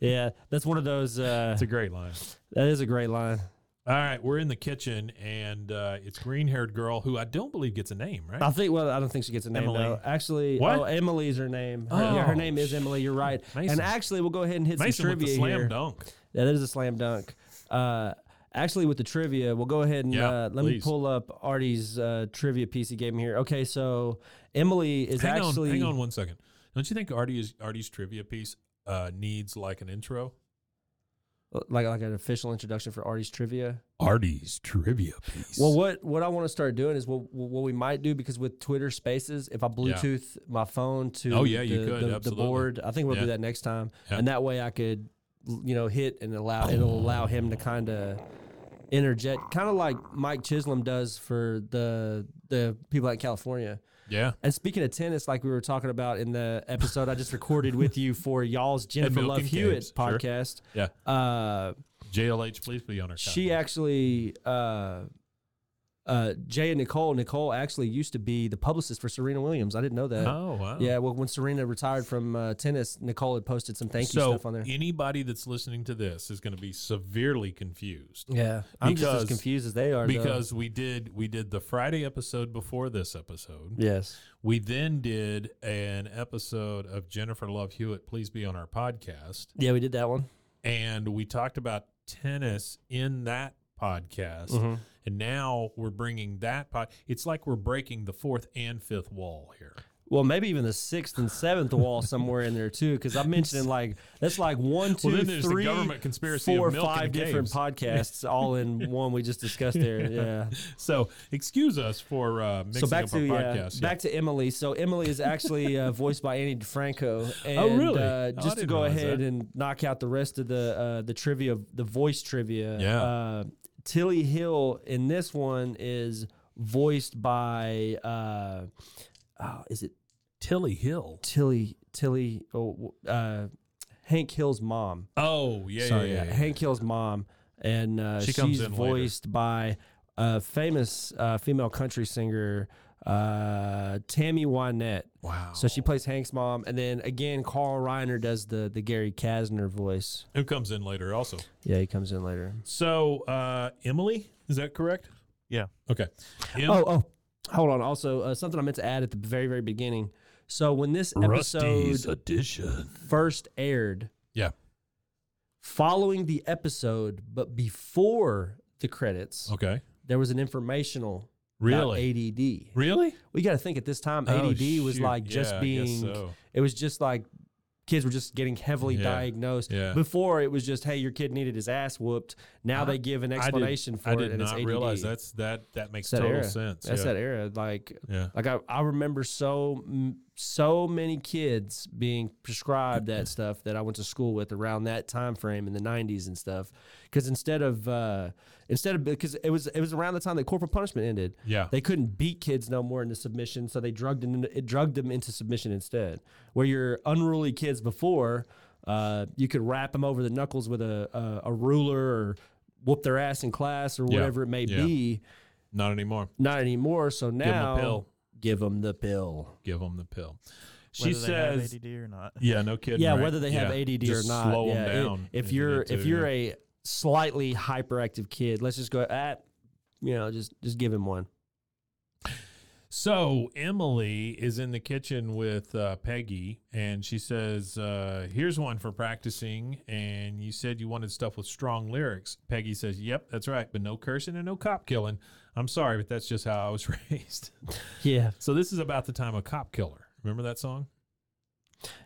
[SPEAKER 4] Yeah, that's one of those. Uh,
[SPEAKER 3] That's a great
[SPEAKER 4] (laughs)
[SPEAKER 3] line.
[SPEAKER 4] that is a great line.
[SPEAKER 3] All right, we're in the kitchen, and uh, it's green haired girl who I don't believe gets a name, right?
[SPEAKER 4] I think. Well, I don't think she gets a name
[SPEAKER 7] Emily.
[SPEAKER 4] though. Actually,
[SPEAKER 3] What?
[SPEAKER 4] oh, Emily's her name. Her, yeah,
[SPEAKER 3] Oh,
[SPEAKER 4] her name is Emily. You're right.
[SPEAKER 3] Mason.
[SPEAKER 4] And actually, we'll go ahead and hit
[SPEAKER 3] Mason
[SPEAKER 4] some
[SPEAKER 3] with
[SPEAKER 4] trivia
[SPEAKER 3] the slam
[SPEAKER 4] here.
[SPEAKER 3] dunk.
[SPEAKER 4] Yeah, that is a slam dunk. Uh, actually, with the trivia, we'll go ahead and
[SPEAKER 3] Yeah,
[SPEAKER 4] uh, let me
[SPEAKER 3] please.
[SPEAKER 4] pull up Artie's uh, trivia piece he gave me here. Okay, so Emily is
[SPEAKER 3] hang
[SPEAKER 4] actually.
[SPEAKER 3] on, hang on one second. Don't you think Artie's Artie's trivia piece uh, needs like an intro?
[SPEAKER 4] like like an official introduction for Artie's trivia.
[SPEAKER 3] Artie's trivia piece.
[SPEAKER 4] Well, what what I want to start doing is what what we might do because with Twitter Spaces, if I Bluetooth my phone to
[SPEAKER 3] Oh, yeah, you
[SPEAKER 4] the,
[SPEAKER 3] could,
[SPEAKER 4] the- the,
[SPEAKER 3] absolutely.
[SPEAKER 4] board, I think we'll
[SPEAKER 3] Yeah.
[SPEAKER 4] do that next time,
[SPEAKER 3] Yeah.
[SPEAKER 4] and that way I could you know hit and allow it'll allow him to kind of interject, kind of like Mike Chisholm does for the the people out in California.
[SPEAKER 3] yeah,
[SPEAKER 4] And speaking of tennis, like we were talking about in the episode I just recorded with you for
[SPEAKER 3] (laughs)
[SPEAKER 4] y'all's Jennifer
[SPEAKER 3] Milk
[SPEAKER 4] Love
[SPEAKER 3] and
[SPEAKER 4] Hewitt
[SPEAKER 3] Games, sure.
[SPEAKER 4] podcast,
[SPEAKER 3] yeah.
[SPEAKER 4] uh,
[SPEAKER 3] JLH, please be on our.
[SPEAKER 4] she
[SPEAKER 3] timeline.
[SPEAKER 4] actually uh uh jay and nicole nicole actually used to be the publicist for serena williams i didn't know that
[SPEAKER 3] Oh wow.
[SPEAKER 4] yeah well when serena retired from uh, tennis nicole had posted some thank you
[SPEAKER 3] so
[SPEAKER 4] stuff on there
[SPEAKER 3] anybody that's listening to this is going to be severely confused
[SPEAKER 4] yeah i'm just
[SPEAKER 3] because-
[SPEAKER 4] as confused as they are though.
[SPEAKER 3] because we did we did the Friday episode before this episode.
[SPEAKER 4] yes
[SPEAKER 3] We then did an episode of Jennifer Love Hewitt. Please be on our podcast.
[SPEAKER 4] yeah we did that one
[SPEAKER 3] and we talked about tennis in that podcast
[SPEAKER 4] Mm-hmm.
[SPEAKER 3] and now we're bringing that pod it's like we're breaking the fourth and fifth wall here
[SPEAKER 4] well maybe even the sixth and seventh wall somewhere in there too because i'm mentioning like that's like one two,
[SPEAKER 3] then there's the
[SPEAKER 4] three,
[SPEAKER 3] government conspiracy of
[SPEAKER 4] four,
[SPEAKER 3] milk and
[SPEAKER 4] five different
[SPEAKER 3] caves.
[SPEAKER 4] podcasts all in one we just discussed
[SPEAKER 3] (laughs)
[SPEAKER 4] there yeah
[SPEAKER 3] so excuse us for uh mixing
[SPEAKER 4] so back
[SPEAKER 3] up
[SPEAKER 4] to
[SPEAKER 3] our
[SPEAKER 4] yeah,
[SPEAKER 3] podcast
[SPEAKER 4] back to Emily. So Emily is
[SPEAKER 3] (laughs)
[SPEAKER 4] actually uh, voiced by Annie DeFranco. And,
[SPEAKER 3] really?
[SPEAKER 4] Uh,
[SPEAKER 3] Oh, I
[SPEAKER 4] just to
[SPEAKER 3] didn't
[SPEAKER 4] go
[SPEAKER 3] realize
[SPEAKER 4] ahead
[SPEAKER 3] that.
[SPEAKER 4] and knock out the rest of the uh, the trivia, the voice trivia.
[SPEAKER 3] Yeah.
[SPEAKER 4] Uh, Tilly Hill in this one is voiced by uh, oh, is it
[SPEAKER 3] Tilly Hill.
[SPEAKER 4] Tilly Tilly oh, uh, Hank Hill's mom.
[SPEAKER 3] Oh yeah,
[SPEAKER 4] Sorry,
[SPEAKER 3] yeah,
[SPEAKER 4] yeah,
[SPEAKER 3] yeah, yeah.
[SPEAKER 4] Hank Hill's mom, and uh,
[SPEAKER 3] She comes
[SPEAKER 4] she's
[SPEAKER 3] in later.
[SPEAKER 4] voiced by a famous uh, female country singer, uh, Tammy Wynette.
[SPEAKER 3] Wow.
[SPEAKER 4] So she plays Hank's mom, and then again, Carl Reiner does the the Gary Kasner voice.
[SPEAKER 3] Who comes in later also.
[SPEAKER 4] Yeah, he comes in later.
[SPEAKER 3] So uh, Emily, is that correct?
[SPEAKER 7] Yeah.
[SPEAKER 3] Okay. Em-
[SPEAKER 4] Oh, oh, hold on. Also, uh, something I meant to add at the very, very beginning. So when this episode
[SPEAKER 3] edition.
[SPEAKER 4] first aired,
[SPEAKER 3] Yeah.
[SPEAKER 4] following the episode, but before the credits,
[SPEAKER 3] Okay.
[SPEAKER 4] there was an informational about
[SPEAKER 3] Really?
[SPEAKER 4] ADD.
[SPEAKER 3] Really?
[SPEAKER 4] We got to think at this time,
[SPEAKER 3] Oh,
[SPEAKER 4] ADD was
[SPEAKER 3] shoot.
[SPEAKER 4] like just
[SPEAKER 3] Yeah, I guess
[SPEAKER 4] being,
[SPEAKER 3] so.
[SPEAKER 4] it was just like kids were just getting heavily
[SPEAKER 3] Yeah.
[SPEAKER 4] diagnosed.
[SPEAKER 3] Yeah.
[SPEAKER 4] Before it was just, hey, your kid needed his ass whooped. Now they give an explanation
[SPEAKER 3] I did,
[SPEAKER 4] for
[SPEAKER 3] I
[SPEAKER 4] it.
[SPEAKER 3] did
[SPEAKER 4] and it's
[SPEAKER 3] not
[SPEAKER 4] ADD.
[SPEAKER 3] realize that's that that makes
[SPEAKER 4] It's that
[SPEAKER 3] total
[SPEAKER 4] era.
[SPEAKER 3] sense.
[SPEAKER 4] That's
[SPEAKER 3] yeah.
[SPEAKER 4] that era. Like,
[SPEAKER 3] Yeah.
[SPEAKER 4] like I, I remember so m- so many kids being prescribed that stuff that I went to school with around that time frame in the '90s and stuff. Because instead of uh, instead of because it was it was around the time that corporal punishment ended.
[SPEAKER 3] Yeah.
[SPEAKER 4] they couldn't beat kids no more into submission, so they drugged them into, it drugged them into submission instead. Where your unruly kids before, uh, you could wrap them over the knuckles with a a, a ruler or whoop their ass in class or
[SPEAKER 3] Yeah.
[SPEAKER 4] whatever it may
[SPEAKER 3] Yeah.
[SPEAKER 4] be.
[SPEAKER 3] Not anymore.
[SPEAKER 4] Not anymore. So
[SPEAKER 3] a
[SPEAKER 4] now
[SPEAKER 3] pill.
[SPEAKER 4] Give them the pill.
[SPEAKER 3] Give them the pill. She
[SPEAKER 7] Whether they
[SPEAKER 3] says,
[SPEAKER 7] have ADD or not.
[SPEAKER 3] "Yeah, no kidding."
[SPEAKER 4] Yeah,
[SPEAKER 3] right?
[SPEAKER 4] whether they have
[SPEAKER 3] Yeah.
[SPEAKER 4] ADD
[SPEAKER 3] Just
[SPEAKER 4] or not.
[SPEAKER 3] slow
[SPEAKER 4] yeah,
[SPEAKER 3] them
[SPEAKER 4] it-
[SPEAKER 3] down.
[SPEAKER 4] if you're if
[SPEAKER 3] a
[SPEAKER 4] you're a slightly hyperactive kid, let's just go at you know just just give him one.
[SPEAKER 3] So Emily is in the kitchen with uh, Peggy, and she says, uh, "Here's one for practicing." And you said you wanted stuff with strong lyrics. Peggy says, "Yep, that's right, but no cursing and no cop killing." I'm sorry, but that's just how I was (laughs) raised.
[SPEAKER 4] Yeah,
[SPEAKER 3] so this is about the time of Cop Killer. Remember that song?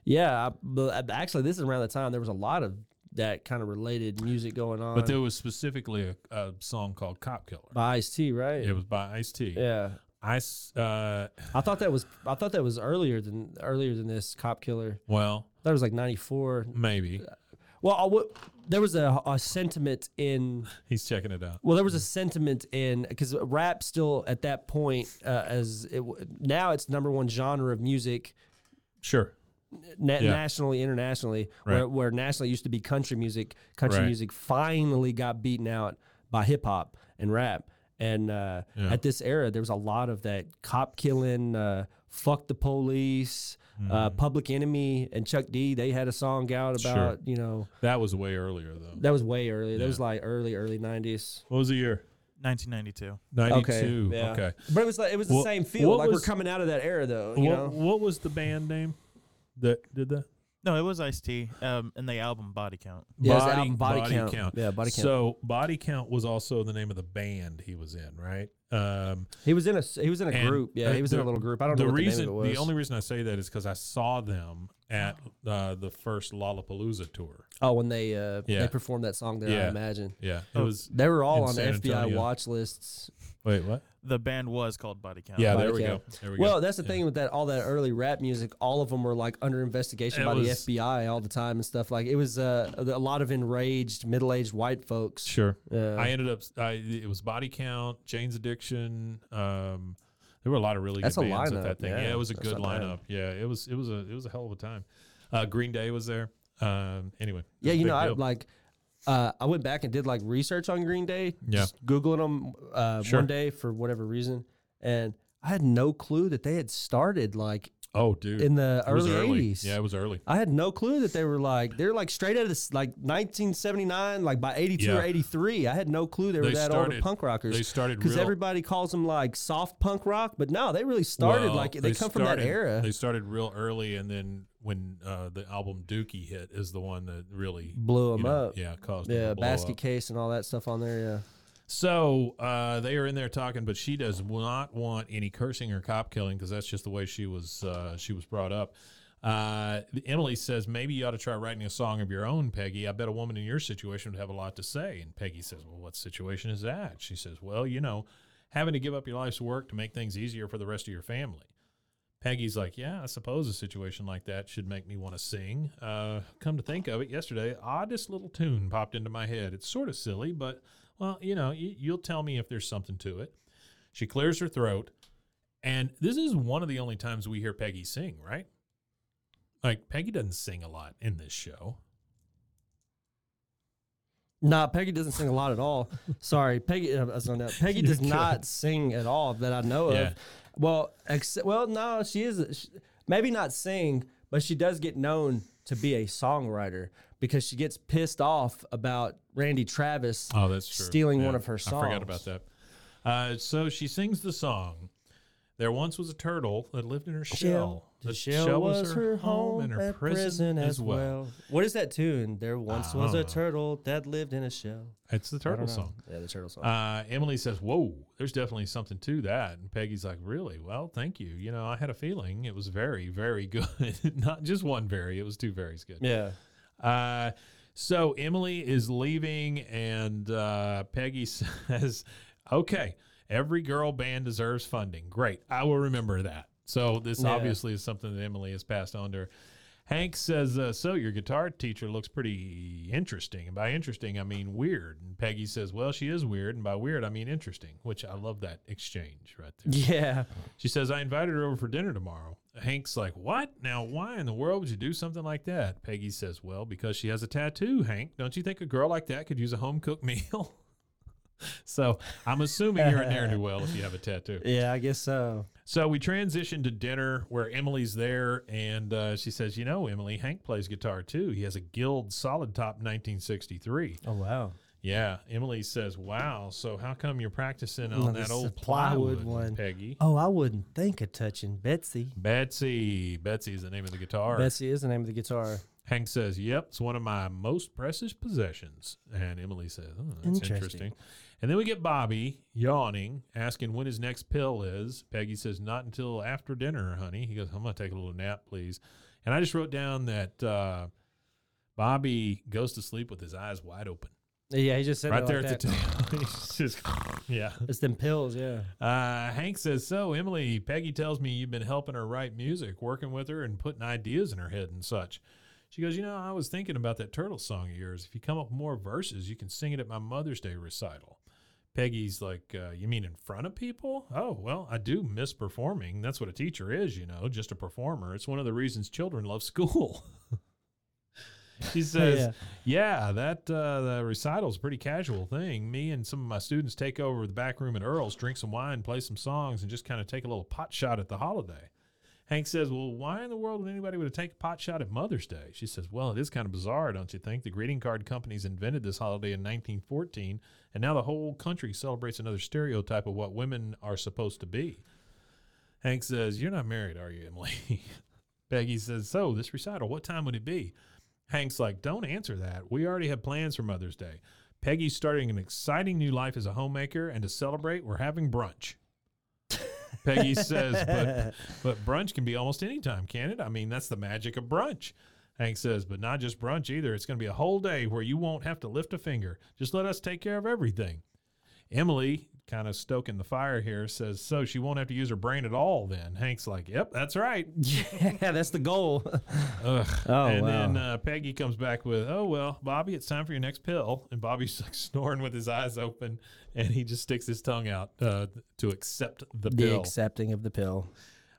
[SPEAKER 4] yeah. I- But uh, actually, this is around the time there was a lot of that kind of related music going on.
[SPEAKER 3] But there was specifically a, a song called Cop Killer.
[SPEAKER 4] by Ice T, right?
[SPEAKER 3] It was by Ice T.
[SPEAKER 4] Yeah,
[SPEAKER 3] Ice. Uh,
[SPEAKER 4] I thought that was I thought that was earlier than earlier than this Cop Killer.
[SPEAKER 3] well,
[SPEAKER 4] That was like '94.
[SPEAKER 3] maybe
[SPEAKER 4] Well, I w- there was a, a sentiment in
[SPEAKER 3] he's checking it out.
[SPEAKER 4] Well, there was a sentiment in because rap still at that point uh, as it w- now it's number one genre of music
[SPEAKER 3] Sure.
[SPEAKER 4] na-
[SPEAKER 3] Yeah.
[SPEAKER 4] nationally, internationally. Where,
[SPEAKER 3] Right.
[SPEAKER 4] where nationally used to be country music, country
[SPEAKER 3] Right.
[SPEAKER 4] music finally got beaten out by hip hop and rap. And uh,
[SPEAKER 3] Yeah.
[SPEAKER 4] at this era, there was a lot of that cop killing, uh, fuck the police, uh, Public Enemy, and Chuck D. They had a song out
[SPEAKER 3] Mm. Sure.
[SPEAKER 4] about you know
[SPEAKER 3] That was way earlier though.
[SPEAKER 4] that was way early. That
[SPEAKER 3] Yeah.
[SPEAKER 4] was like early early nineties.
[SPEAKER 3] What was the year?
[SPEAKER 7] 1992.
[SPEAKER 3] 92. Okay.
[SPEAKER 4] But it was like it was
[SPEAKER 3] Well,
[SPEAKER 4] the same feel.
[SPEAKER 3] what
[SPEAKER 4] Like
[SPEAKER 3] was-
[SPEAKER 4] we're coming out of that era though, you
[SPEAKER 3] What,
[SPEAKER 4] know.
[SPEAKER 3] what was the band name that did that?
[SPEAKER 7] No, it was Ice T. Um, and the album Body Count.
[SPEAKER 4] Yeah, it was the album Body Count. Yeah, Body Count.
[SPEAKER 3] So Body Count was also the name of the band he was in, right? Um,
[SPEAKER 4] He was in a he was in a
[SPEAKER 3] and,
[SPEAKER 4] group. Yeah,
[SPEAKER 3] uh,
[SPEAKER 4] he was in
[SPEAKER 3] the-
[SPEAKER 4] a little group. I don't know
[SPEAKER 3] the
[SPEAKER 4] what the
[SPEAKER 3] reason,
[SPEAKER 4] name of it was.
[SPEAKER 3] only reason I say that is because I saw them at uh, the first Lollapalooza tour.
[SPEAKER 4] oh, when they uh,
[SPEAKER 3] Yeah.
[SPEAKER 4] they performed that song there, I
[SPEAKER 3] Yeah.
[SPEAKER 4] imagine.
[SPEAKER 3] Yeah, it
[SPEAKER 7] Oh.
[SPEAKER 3] was.
[SPEAKER 4] They were all
[SPEAKER 3] In
[SPEAKER 4] on the
[SPEAKER 3] San
[SPEAKER 4] FBI
[SPEAKER 3] Antonio.
[SPEAKER 4] watch lists.
[SPEAKER 3] Wait, what?
[SPEAKER 7] The band was called Body Count.
[SPEAKER 3] Yeah,
[SPEAKER 4] Body
[SPEAKER 3] there we go.
[SPEAKER 4] Count.
[SPEAKER 3] There we go.
[SPEAKER 4] well, that's the thing with that all that early rap music. All of them were like under investigation
[SPEAKER 3] It
[SPEAKER 4] by
[SPEAKER 3] was-
[SPEAKER 4] the FBI all the time and stuff. Like it was uh, a lot of enraged middle aged white folks.
[SPEAKER 3] Sure.
[SPEAKER 4] Yeah.
[SPEAKER 3] I ended up. I, it was Body Count, Jane's Addiction. Um, there were a lot of really
[SPEAKER 4] That's
[SPEAKER 3] good
[SPEAKER 4] a
[SPEAKER 3] bands at
[SPEAKER 4] lineup,
[SPEAKER 3] that thing. Yeah,
[SPEAKER 4] yeah.
[SPEAKER 3] it was a
[SPEAKER 4] That's
[SPEAKER 3] good
[SPEAKER 4] not bad.
[SPEAKER 3] lineup. Yeah, it was. It was a. It was a hell of a time. Uh, Green Day was there. Um, anyway. it
[SPEAKER 4] Yeah,
[SPEAKER 3] was a
[SPEAKER 4] you
[SPEAKER 3] big
[SPEAKER 4] know, I
[SPEAKER 3] deal.
[SPEAKER 4] like. Uh, I went back and did like research on Green Day.
[SPEAKER 3] Yeah.
[SPEAKER 4] Just Googling them uh,
[SPEAKER 3] Sure.
[SPEAKER 4] one day for whatever reason, and I had no clue that they had started like
[SPEAKER 3] Oh, dude.
[SPEAKER 4] in the
[SPEAKER 3] It was
[SPEAKER 4] early '80s.
[SPEAKER 3] Yeah, it was early.
[SPEAKER 4] I had no clue that they were like they're like straight out of this, like 1979, like by 82 or
[SPEAKER 3] Yeah.
[SPEAKER 4] 83. I had no clue they were
[SPEAKER 3] They
[SPEAKER 4] that old
[SPEAKER 3] started-
[SPEAKER 4] of punk rockers.
[SPEAKER 3] they started
[SPEAKER 4] because
[SPEAKER 3] real-
[SPEAKER 4] everybody calls them like soft punk rock, but no, they really started
[SPEAKER 3] Well,
[SPEAKER 4] like they, come from that
[SPEAKER 3] started-
[SPEAKER 4] era.
[SPEAKER 3] They started real early, and then when uh, the album Dookie hit, is the one that really
[SPEAKER 4] Blew 'em
[SPEAKER 3] you know,
[SPEAKER 4] up.
[SPEAKER 3] Yeah, caused them
[SPEAKER 4] yeah,
[SPEAKER 3] to blow
[SPEAKER 4] basket
[SPEAKER 3] up.
[SPEAKER 4] case and all that stuff on there. Yeah.
[SPEAKER 3] So uh, they are in there talking, but she does not want any cursing or cop killing because that's just the way she was uh, she was brought up. Uh, Emily says maybe you ought to try writing a song of your own, Peggy. I bet a woman in your situation would have a lot to say. And Peggy says, "Well, what situation is that?" She says, "Well, you know, having to give up your life's work to make things easier for the rest of your family." Peggy's like, yeah, I suppose a situation like that should make me want to sing. Uh, come to think of it, yesterday, oddest little tune popped into my head. It's sort of silly, but well, you know, you, you'll tell me if there's something to it. She clears her throat, And this is one of the only times we hear Peggy sing, right? Like Peggy doesn't sing a lot in this show.
[SPEAKER 4] Nah, Peggy doesn't sing a lot at all. Sorry, Peggy. uh, I was on that. Peggy does not sing at all that I know
[SPEAKER 3] Yeah.
[SPEAKER 4] of. Well, except, well, no, she is sh maybe not sing, but she does get known to be a songwriter because she gets pissed off about Randy Travis.
[SPEAKER 3] Oh, that's true.
[SPEAKER 4] Stealing
[SPEAKER 3] Yeah,
[SPEAKER 4] one of her songs.
[SPEAKER 3] I forgot about that. Uh, so she sings the song. There once was a turtle that lived in her shell.
[SPEAKER 4] The shell, was, her home and her prison, as well. What is that tune? There once
[SPEAKER 3] I
[SPEAKER 4] was
[SPEAKER 3] don't
[SPEAKER 4] a
[SPEAKER 3] know.
[SPEAKER 4] turtle that lived in a shell.
[SPEAKER 3] It's the
[SPEAKER 4] I don't
[SPEAKER 3] turtle
[SPEAKER 4] know.
[SPEAKER 3] song.
[SPEAKER 4] Yeah, the turtle song.
[SPEAKER 3] Uh, Emily says, "Whoa, there's definitely something to that." And Peggy's like, "Really? Well, thank you. You know, I had a feeling it was very, very good. (laughs) Not just one very; it was two verys good."
[SPEAKER 4] yeah.
[SPEAKER 3] Uh, so Emily is leaving, and uh, Peggy (laughs) says, "Okay, every girl band deserves funding. Great, I will remember that." So this
[SPEAKER 4] Yeah.
[SPEAKER 3] obviously is something that Emily has passed on to her. Hank says, uh, "So your guitar teacher looks pretty interesting, and by interesting I mean weird." And Peggy says, "Well, she is weird, and by weird I mean interesting," which I love that exchange right there.
[SPEAKER 4] Yeah.
[SPEAKER 3] She says, I invited her over for dinner tomorrow. Hank's like, What? Now, why in the world would you do something like that? Peggy says, Well, because she has a tattoo, Hank. Don't you think a girl like that could use a home cooked (laughs) meal? so I'm assuming you're a ne'er
[SPEAKER 4] (laughs)
[SPEAKER 3] do well if you have a tattoo.
[SPEAKER 4] Yeah, I guess so.
[SPEAKER 3] So we transition to dinner where Emily's there, and uh, she says, You know, Emily, Hank plays guitar too. He has a Guild Solid Top 1963.
[SPEAKER 4] Oh wow.
[SPEAKER 3] Yeah. Emily says, Wow. So how come you're practicing on
[SPEAKER 4] Well, this
[SPEAKER 3] that
[SPEAKER 4] is
[SPEAKER 3] old
[SPEAKER 4] a plywood
[SPEAKER 3] plywood
[SPEAKER 4] one.
[SPEAKER 3] one, Peggy?
[SPEAKER 4] Oh, I wouldn't think of touching Betsy.
[SPEAKER 3] Betsy. Betsy is the name of the guitar.
[SPEAKER 4] Betsy is the name of the guitar.
[SPEAKER 3] Hank says, Yep, it's one of my most precious possessions. And Emily says, Oh, that's interesting.
[SPEAKER 4] Interesting.
[SPEAKER 3] And then we get Bobby yawning, asking when his next pill is. Peggy says, Not until after dinner, honey. He goes, I'm going to take a little nap, please. And I just wrote down that uh, Bobby goes to sleep with his eyes wide open.
[SPEAKER 4] Yeah, he just said
[SPEAKER 3] Right there
[SPEAKER 4] like
[SPEAKER 3] at the
[SPEAKER 4] that.
[SPEAKER 3] table. (laughs) He's just, yeah.
[SPEAKER 4] It's them pills,
[SPEAKER 3] (laughs)
[SPEAKER 4] yeah.
[SPEAKER 3] Uh, Hank says, So, Emily, Peggy tells me you've been helping her write music, working with her, and putting ideas in her head and such. She goes, You know, I was thinking about that turtle song of yours. If you come up with more verses, you can sing it at my Mother's Day recital. Peggy's like, uh, You mean in front of people? Oh, well, I do miss performing. That's what a teacher is, you know, just a performer. It's one of the reasons children love school. (laughs) she says,
[SPEAKER 4] Yeah.
[SPEAKER 3] yeah, that uh, the recital's a pretty casual thing. Me and some of my students take over the back room at Earl's, drink some wine, play some songs, and just kind of take a little pot shot at the holiday. Hank says, Well, why in the world would anybody would take a pot shot at Mother's Day? She says, Well, it is kind of bizarre, don't you think? The greeting card companies invented this holiday in 1914, and now the whole country celebrates another stereotype of what women are supposed to be. Hank says, You're not married, are you, Emily? (laughs) Peggy says, So, this recital, what time would it be? Hank's like, Don't answer that. We already have plans for Mother's Day. Peggy's starting an exciting new life as a homemaker, and to celebrate, we're having brunch.
[SPEAKER 4] (laughs)
[SPEAKER 3] Peggy says, but, but brunch can be almost any time, can it? I mean, that's the magic of brunch. Hank says, but not just brunch either. It's going to be a whole day where you won't have to lift a finger. Just let us take care of everything. Emily, kind of stoking the fire here, says, so she won't have to use her brain at all then. Hank's like, yep, that's right.
[SPEAKER 4] Yeah, that's
[SPEAKER 3] (laughs)
[SPEAKER 4] the goal.
[SPEAKER 3] Ugh.
[SPEAKER 4] Oh,
[SPEAKER 3] and
[SPEAKER 4] wow.
[SPEAKER 3] then uh, Peggy comes back with, "Oh well, Bobby, it's time for your next pill." And (laughs) Bobby's like snoring with his eyes open, and he just sticks his tongue out uh, to accept the
[SPEAKER 4] the
[SPEAKER 3] pill.
[SPEAKER 4] accepting of the pill.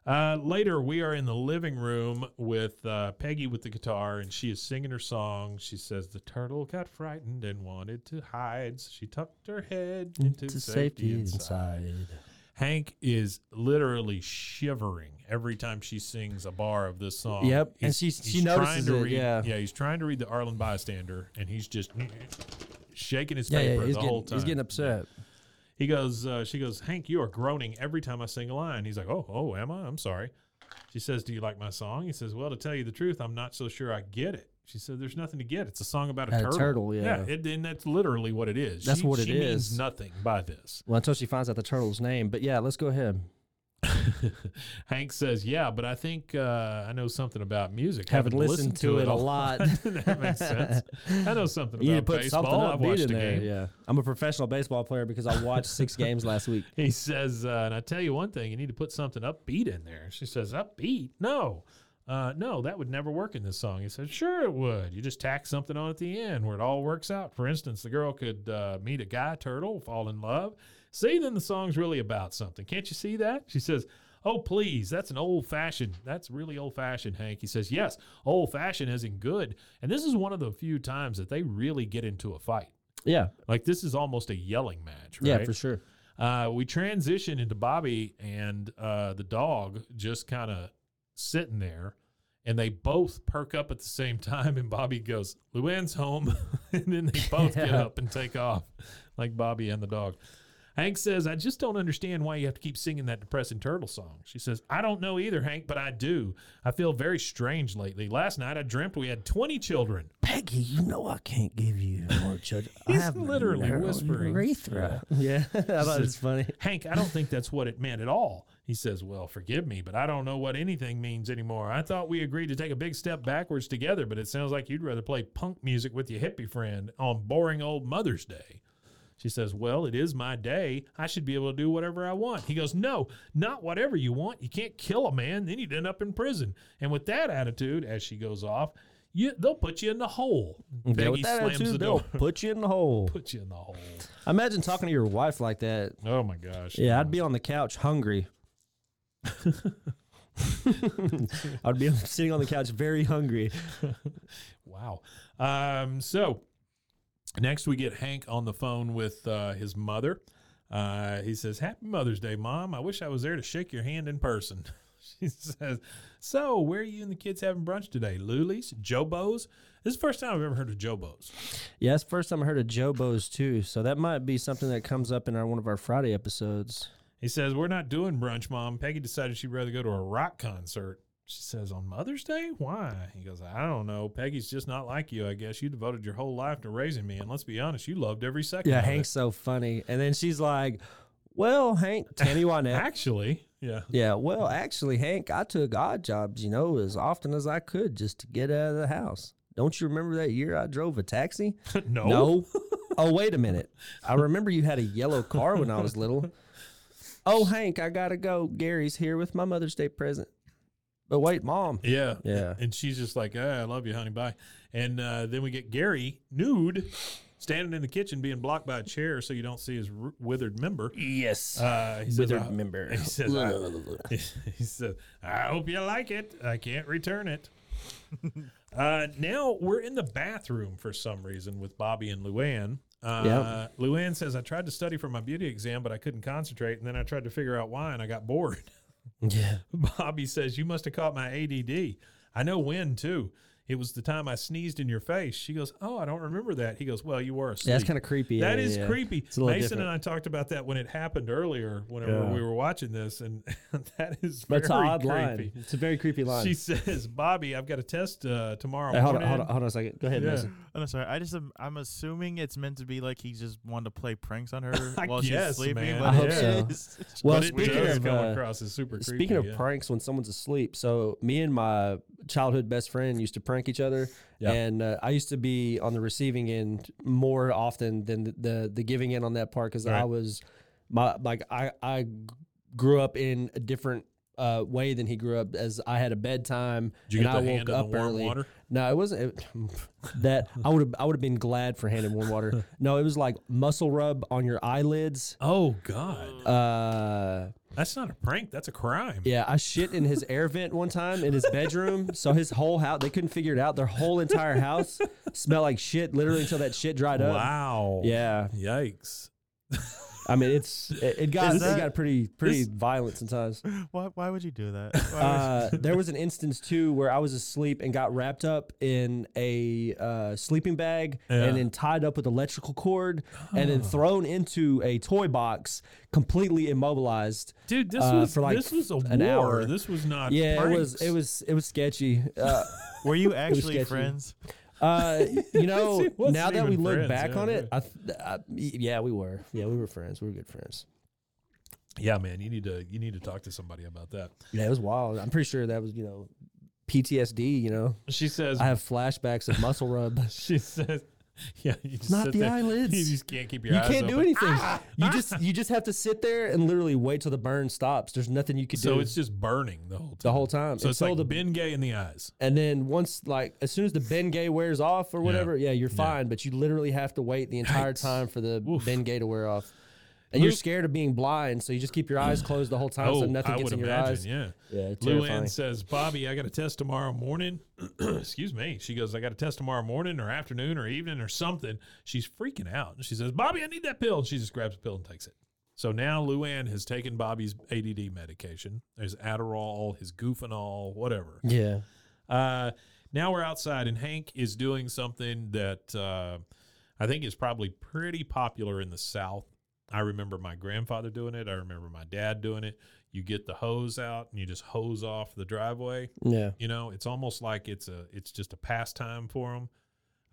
[SPEAKER 3] uh, later, we are in the living room with uh, Peggy with the guitar, and she is singing her song. She says, "The turtle got frightened and wanted to hide. So she tucked her head into safety,
[SPEAKER 4] to safety
[SPEAKER 3] inside."
[SPEAKER 4] inside.
[SPEAKER 3] Hank is literally shivering every time she sings a bar of this song.
[SPEAKER 4] Yep, and she- she
[SPEAKER 3] trying
[SPEAKER 4] notices
[SPEAKER 3] to
[SPEAKER 4] it,
[SPEAKER 3] read-
[SPEAKER 4] yeah.
[SPEAKER 3] he's trying to read the Arlen bystander, and he's just shaking his
[SPEAKER 4] Yeah,
[SPEAKER 3] paper
[SPEAKER 4] yeah, he's
[SPEAKER 3] the
[SPEAKER 4] getting,
[SPEAKER 3] whole time.
[SPEAKER 4] he's getting upset.
[SPEAKER 3] He goes, uh, she goes, Hank, you are groaning every time I sing a line. He's like, oh, oh, am I? I'm sorry. She says, do you like my song? He says, well, to tell you the truth, I'm not so sure I get it. She said, there's nothing to get. It's a song about a,
[SPEAKER 4] A
[SPEAKER 3] turtle.
[SPEAKER 4] turtle, yeah.
[SPEAKER 3] it, and that's literally what it is.
[SPEAKER 4] That's
[SPEAKER 3] she,
[SPEAKER 4] what it
[SPEAKER 3] she means
[SPEAKER 4] is.
[SPEAKER 3] nothing by this.
[SPEAKER 4] Well, until she finds out the turtle's name. But yeah, let's go ahead.
[SPEAKER 3] Hank says, "Yeah, but I think uh, I know something about music.
[SPEAKER 4] Haven't listened to
[SPEAKER 3] (laughs)
[SPEAKER 4] it a lot.
[SPEAKER 3] that makes sense. I know something about
[SPEAKER 4] You need to put
[SPEAKER 3] baseball.
[SPEAKER 4] something
[SPEAKER 3] I've watched
[SPEAKER 4] upbeat
[SPEAKER 3] a
[SPEAKER 4] in there.
[SPEAKER 3] game."
[SPEAKER 4] Yeah, I'm a professional baseball player because I watched
[SPEAKER 3] (laughs)
[SPEAKER 4] six games last week.
[SPEAKER 3] He says, uh, and I tell you one thing, you need to put something upbeat in there. She says, upbeat? No. Uh, no, that would never work in this song. He said, sure it would. You just tack something on at the end where it all works out. For instance, the girl could uh, meet a guy turtle, fall in love. See, then the song's really about something. Can't you see that? She says, Oh, please, that's an old fashioned. That's really old fashioned, Hank. He says, Yes, old fashioned isn't good. And this is one of the few times that they really get into a fight.
[SPEAKER 4] Yeah.
[SPEAKER 3] Like this is almost a yelling match, right?
[SPEAKER 4] Yeah, for sure.
[SPEAKER 3] Uh, we transition into Bobby and uh, the dog just kind of sitting there, and they both perk up at the same time. And Bobby goes, "Luann's home," (laughs) and then they
[SPEAKER 5] (laughs)
[SPEAKER 3] both get
[SPEAKER 4] Yeah.
[SPEAKER 3] up and take off, like Bobby and the dog. Hank says, "I just don't understand why you have to keep singing that depressing turtle song." She says, "I don't know either, Hank, but I do. I feel very strange lately. Last night I dreamt we had twenty children."
[SPEAKER 5] Peggy, you know I can't give you more children. I
[SPEAKER 3] He's
[SPEAKER 5] have a
[SPEAKER 3] literally
[SPEAKER 5] narrow
[SPEAKER 3] whispering.
[SPEAKER 5] Urethra.
[SPEAKER 4] Yeah. (laughs) I thought it was funny.
[SPEAKER 3] Hank, I don't think that's what it meant at all. He says, Well, forgive me, but I don't know what anything means anymore. I thought we agreed to take a big step backwards together, but it sounds like you'd rather play punk music with your hippie friend on boring old Mother's Day. She says, Well, it is my day. I should be able to do whatever I want. He goes, No, not whatever you want. You can't kill a man, then you'd end up in prison. And with that attitude, as she goes off, you, they'll put you in the hole.
[SPEAKER 4] Yeah,
[SPEAKER 3] Peggy
[SPEAKER 4] with that
[SPEAKER 3] slams
[SPEAKER 4] attitude,
[SPEAKER 3] the
[SPEAKER 4] they'll
[SPEAKER 3] door. (laughs)
[SPEAKER 4] put you in the hole.
[SPEAKER 3] Put you in the hole.
[SPEAKER 4] Imagine talking to your wife like that.
[SPEAKER 3] Oh my gosh.
[SPEAKER 4] Yeah, I'd be on the
[SPEAKER 3] (laughs)
[SPEAKER 4] couch hungry. I'd be sitting on the couch very hungry.
[SPEAKER 3] Wow. Um, so next we get Hank on the phone with uh, his mother. Uh, he says, Happy Mother's Day, Mom. I wish I was there to shake your hand in person. (laughs) She says, So, where are you and the kids having brunch today? Luli's? Jobo's? This is the first time I've ever heard of Jobo's.
[SPEAKER 4] Yeah, that's the first time I heard of Jobo's too. So that might be something that comes up in our one of our Friday episodes.
[SPEAKER 3] He says, We're not doing brunch, Mom. Peggy decided she'd rather go to a rock concert. She says, On Mother's Day? Why? He goes, I don't know. Peggy's just not like you, I guess. You devoted your whole life to raising me. And let's be honest, you loved every second.
[SPEAKER 4] Yeah,
[SPEAKER 3] of it."
[SPEAKER 4] Hank's so funny. And then she's like, "Well, Hank, Tammy Wynette."
[SPEAKER 3] Actually, yeah.
[SPEAKER 4] yeah, well, actually, Hank, I took odd jobs, you know, as often as I could just to get out of the house. Don't you remember that year I drove
[SPEAKER 3] (laughs)
[SPEAKER 4] a taxi?
[SPEAKER 3] No.
[SPEAKER 4] No. oh, wait a minute. I remember you had a yellow car when I was little. Oh, Hank, I gotta go. Gary's here with my Mother's Day present. But wait, Mom.
[SPEAKER 3] Yeah.
[SPEAKER 4] Yeah.
[SPEAKER 3] And she's just like, "Ah, I love you, honey. Bye. And uh, then we get Gary nude standing in the kitchen being blocked by a chair so you don't see his r- withered member.
[SPEAKER 5] Yes.
[SPEAKER 3] Uh, he
[SPEAKER 4] Withered
[SPEAKER 3] says, "I-"
[SPEAKER 4] member.
[SPEAKER 3] (laughs) He says, I,
[SPEAKER 4] (laughs)
[SPEAKER 3] (laughs) he says, I hope you like it. I can't return it. uh, now we're in the bathroom for some reason with Bobby and Luann. Uh,
[SPEAKER 4] Yep.
[SPEAKER 3] Luann says, I tried to study for my beauty exam, but I couldn't concentrate. And then I tried to figure out why and I got bored.
[SPEAKER 4] Yeah.
[SPEAKER 3] (laughs) Bobby says, You must have caught my ADD. I know when, too. It was the time I sneezed in your face. She goes, Oh, I don't remember that. He goes, Well, you were asleep.
[SPEAKER 4] Yeah, that's kinda creepy.
[SPEAKER 3] That
[SPEAKER 4] Yeah,
[SPEAKER 3] is
[SPEAKER 4] yeah, yeah.
[SPEAKER 3] creepy.
[SPEAKER 4] It's a
[SPEAKER 3] Mason
[SPEAKER 4] little different.
[SPEAKER 3] and I talked about that when it happened earlier, whenever we were watching this, and (laughs) that is
[SPEAKER 4] That's an
[SPEAKER 3] very
[SPEAKER 4] odd line.
[SPEAKER 3] creepy.
[SPEAKER 4] It's a very creepy line.
[SPEAKER 3] She says, Bobby, I've got a test uh, tomorrow
[SPEAKER 4] Hey, hold on,
[SPEAKER 3] morning.
[SPEAKER 4] hold on, hold on a second. Go ahead,
[SPEAKER 3] Yeah.
[SPEAKER 4] Mason.
[SPEAKER 7] I'm sorry. I just am, I'm assuming it's meant to be like he just wanted to play pranks on her
[SPEAKER 3] I
[SPEAKER 7] while
[SPEAKER 3] guess,
[SPEAKER 7] she's sleeping.
[SPEAKER 3] man.
[SPEAKER 7] But
[SPEAKER 3] I
[SPEAKER 4] hope
[SPEAKER 7] it's
[SPEAKER 4] so.
[SPEAKER 7] just-
[SPEAKER 4] Well,
[SPEAKER 3] But it
[SPEAKER 4] speaking
[SPEAKER 3] does
[SPEAKER 4] of,
[SPEAKER 3] come
[SPEAKER 4] uh,
[SPEAKER 3] across as super creepy.
[SPEAKER 4] Speaking of
[SPEAKER 3] yeah.
[SPEAKER 4] pranks when someone's asleep, so me and my childhood best friend used to prank each other,
[SPEAKER 3] Yeah.
[SPEAKER 4] and uh, I used to be on the receiving end more often than the the, the giving in on that part because I
[SPEAKER 3] Right.
[SPEAKER 4] was my like I I grew up in a different uh, way than he grew up as I had a bedtime
[SPEAKER 3] Did you
[SPEAKER 4] and
[SPEAKER 3] get
[SPEAKER 4] I
[SPEAKER 3] the
[SPEAKER 4] woke
[SPEAKER 3] hand in the
[SPEAKER 4] up
[SPEAKER 3] warm
[SPEAKER 4] early.
[SPEAKER 3] water?
[SPEAKER 4] No, it wasn't it, (laughs) that I would have I would have been glad for hand in
[SPEAKER 3] (laughs)
[SPEAKER 4] warm water. No, it was like muscle rub on your eyelids.
[SPEAKER 3] Oh, God.
[SPEAKER 4] Uh,
[SPEAKER 3] That's not a prank. That's a crime.
[SPEAKER 4] yeah, I shit in his air vent one time in his bedroom. so his whole house, they couldn't figure it out. Their whole entire house smelled like shit literally until that shit dried up.
[SPEAKER 3] Wow.
[SPEAKER 4] Yeah,
[SPEAKER 3] Yikes.
[SPEAKER 4] I mean it's it, it got
[SPEAKER 7] Is that-
[SPEAKER 4] it got pretty pretty
[SPEAKER 7] this-
[SPEAKER 4] violent sometimes.
[SPEAKER 7] why, why would you do that? Why would-
[SPEAKER 4] Uh, there was an instance too where I was asleep and got wrapped up in a uh, sleeping bag
[SPEAKER 3] Yeah. Oh.
[SPEAKER 4] and then tied up with electrical cord and then thrown into a toy box, completely immobilized.
[SPEAKER 3] Dude, this
[SPEAKER 4] uh,
[SPEAKER 3] was
[SPEAKER 4] for like
[SPEAKER 3] this was a
[SPEAKER 4] an
[SPEAKER 3] war.
[SPEAKER 4] hour.
[SPEAKER 3] This was not.
[SPEAKER 4] yeah, it
[SPEAKER 3] pranks.
[SPEAKER 4] was it was it was sketchy.
[SPEAKER 3] (laughs)
[SPEAKER 4] Uh, (laughs)
[SPEAKER 7] Were you actually
[SPEAKER 4] sketchy.
[SPEAKER 7] friends?
[SPEAKER 4] Uh,
[SPEAKER 3] (laughs)
[SPEAKER 4] you know,
[SPEAKER 3] It wasn't
[SPEAKER 4] now that we
[SPEAKER 3] even
[SPEAKER 4] look
[SPEAKER 3] friends,
[SPEAKER 4] back
[SPEAKER 3] yeah,
[SPEAKER 4] on it, I, th- I, yeah, we were. Yeah, we were friends. We were good friends.
[SPEAKER 3] Yeah, man, you need to you need to talk to somebody about that.
[SPEAKER 4] Yeah, it was wild. I'm pretty sure that was, you know, PTSD, you know.
[SPEAKER 3] She says.
[SPEAKER 4] I have flashbacks of
[SPEAKER 3] (laughs)
[SPEAKER 4] muscle rub. (laughs)
[SPEAKER 3] she says. Yeah, you just
[SPEAKER 4] Not
[SPEAKER 3] sit
[SPEAKER 4] the
[SPEAKER 3] there.
[SPEAKER 4] eyelids.
[SPEAKER 3] You just can't keep your
[SPEAKER 4] You
[SPEAKER 3] eyes
[SPEAKER 4] can't do
[SPEAKER 3] open. (laughs)
[SPEAKER 4] anything. You just you just have to sit there and literally wait till the burn stops. There's nothing you can
[SPEAKER 3] So
[SPEAKER 4] do
[SPEAKER 3] it's just burning the whole time.
[SPEAKER 4] the whole time.
[SPEAKER 3] So
[SPEAKER 4] And
[SPEAKER 3] it's like
[SPEAKER 4] the-
[SPEAKER 3] Ben Gay in the eyes.
[SPEAKER 4] and then once like as soon as the Bengay wears off or whatever, yeah, you're fine. But you literally have to wait the entire
[SPEAKER 3] Yikes.
[SPEAKER 4] time for the
[SPEAKER 3] Oof.
[SPEAKER 4] Bengay to wear off. And you're
[SPEAKER 3] Luke- Oh,
[SPEAKER 4] scared of being blind, so you just keep your eyes closed the whole time, so nothing
[SPEAKER 3] I
[SPEAKER 4] gets
[SPEAKER 3] would
[SPEAKER 4] in your
[SPEAKER 3] imagine,
[SPEAKER 4] eyes.
[SPEAKER 3] Yeah.
[SPEAKER 4] Yeah, it's
[SPEAKER 3] Lou
[SPEAKER 4] terrifying.
[SPEAKER 3] Ann says, Bobby, I got a test tomorrow morning. (clears throat) Excuse me. She goes, I got a test tomorrow morning or afternoon or evening or something. She's freaking out. And she says, Bobby, I need that pill. And she just grabs a pill and takes it. So now Lou Ann has taken Bobby's ADD medication. There's Adderall, his Goofenol, whatever.
[SPEAKER 4] Yeah.
[SPEAKER 3] Uh, now we're outside, and Hank is doing something that uh, I think is probably pretty popular in the South. I remember my grandfather doing it. I remember my dad doing it. You get the hose out and you just hose off the driveway.
[SPEAKER 4] Yeah.
[SPEAKER 3] You know, it's almost like it's a it's just a pastime for them.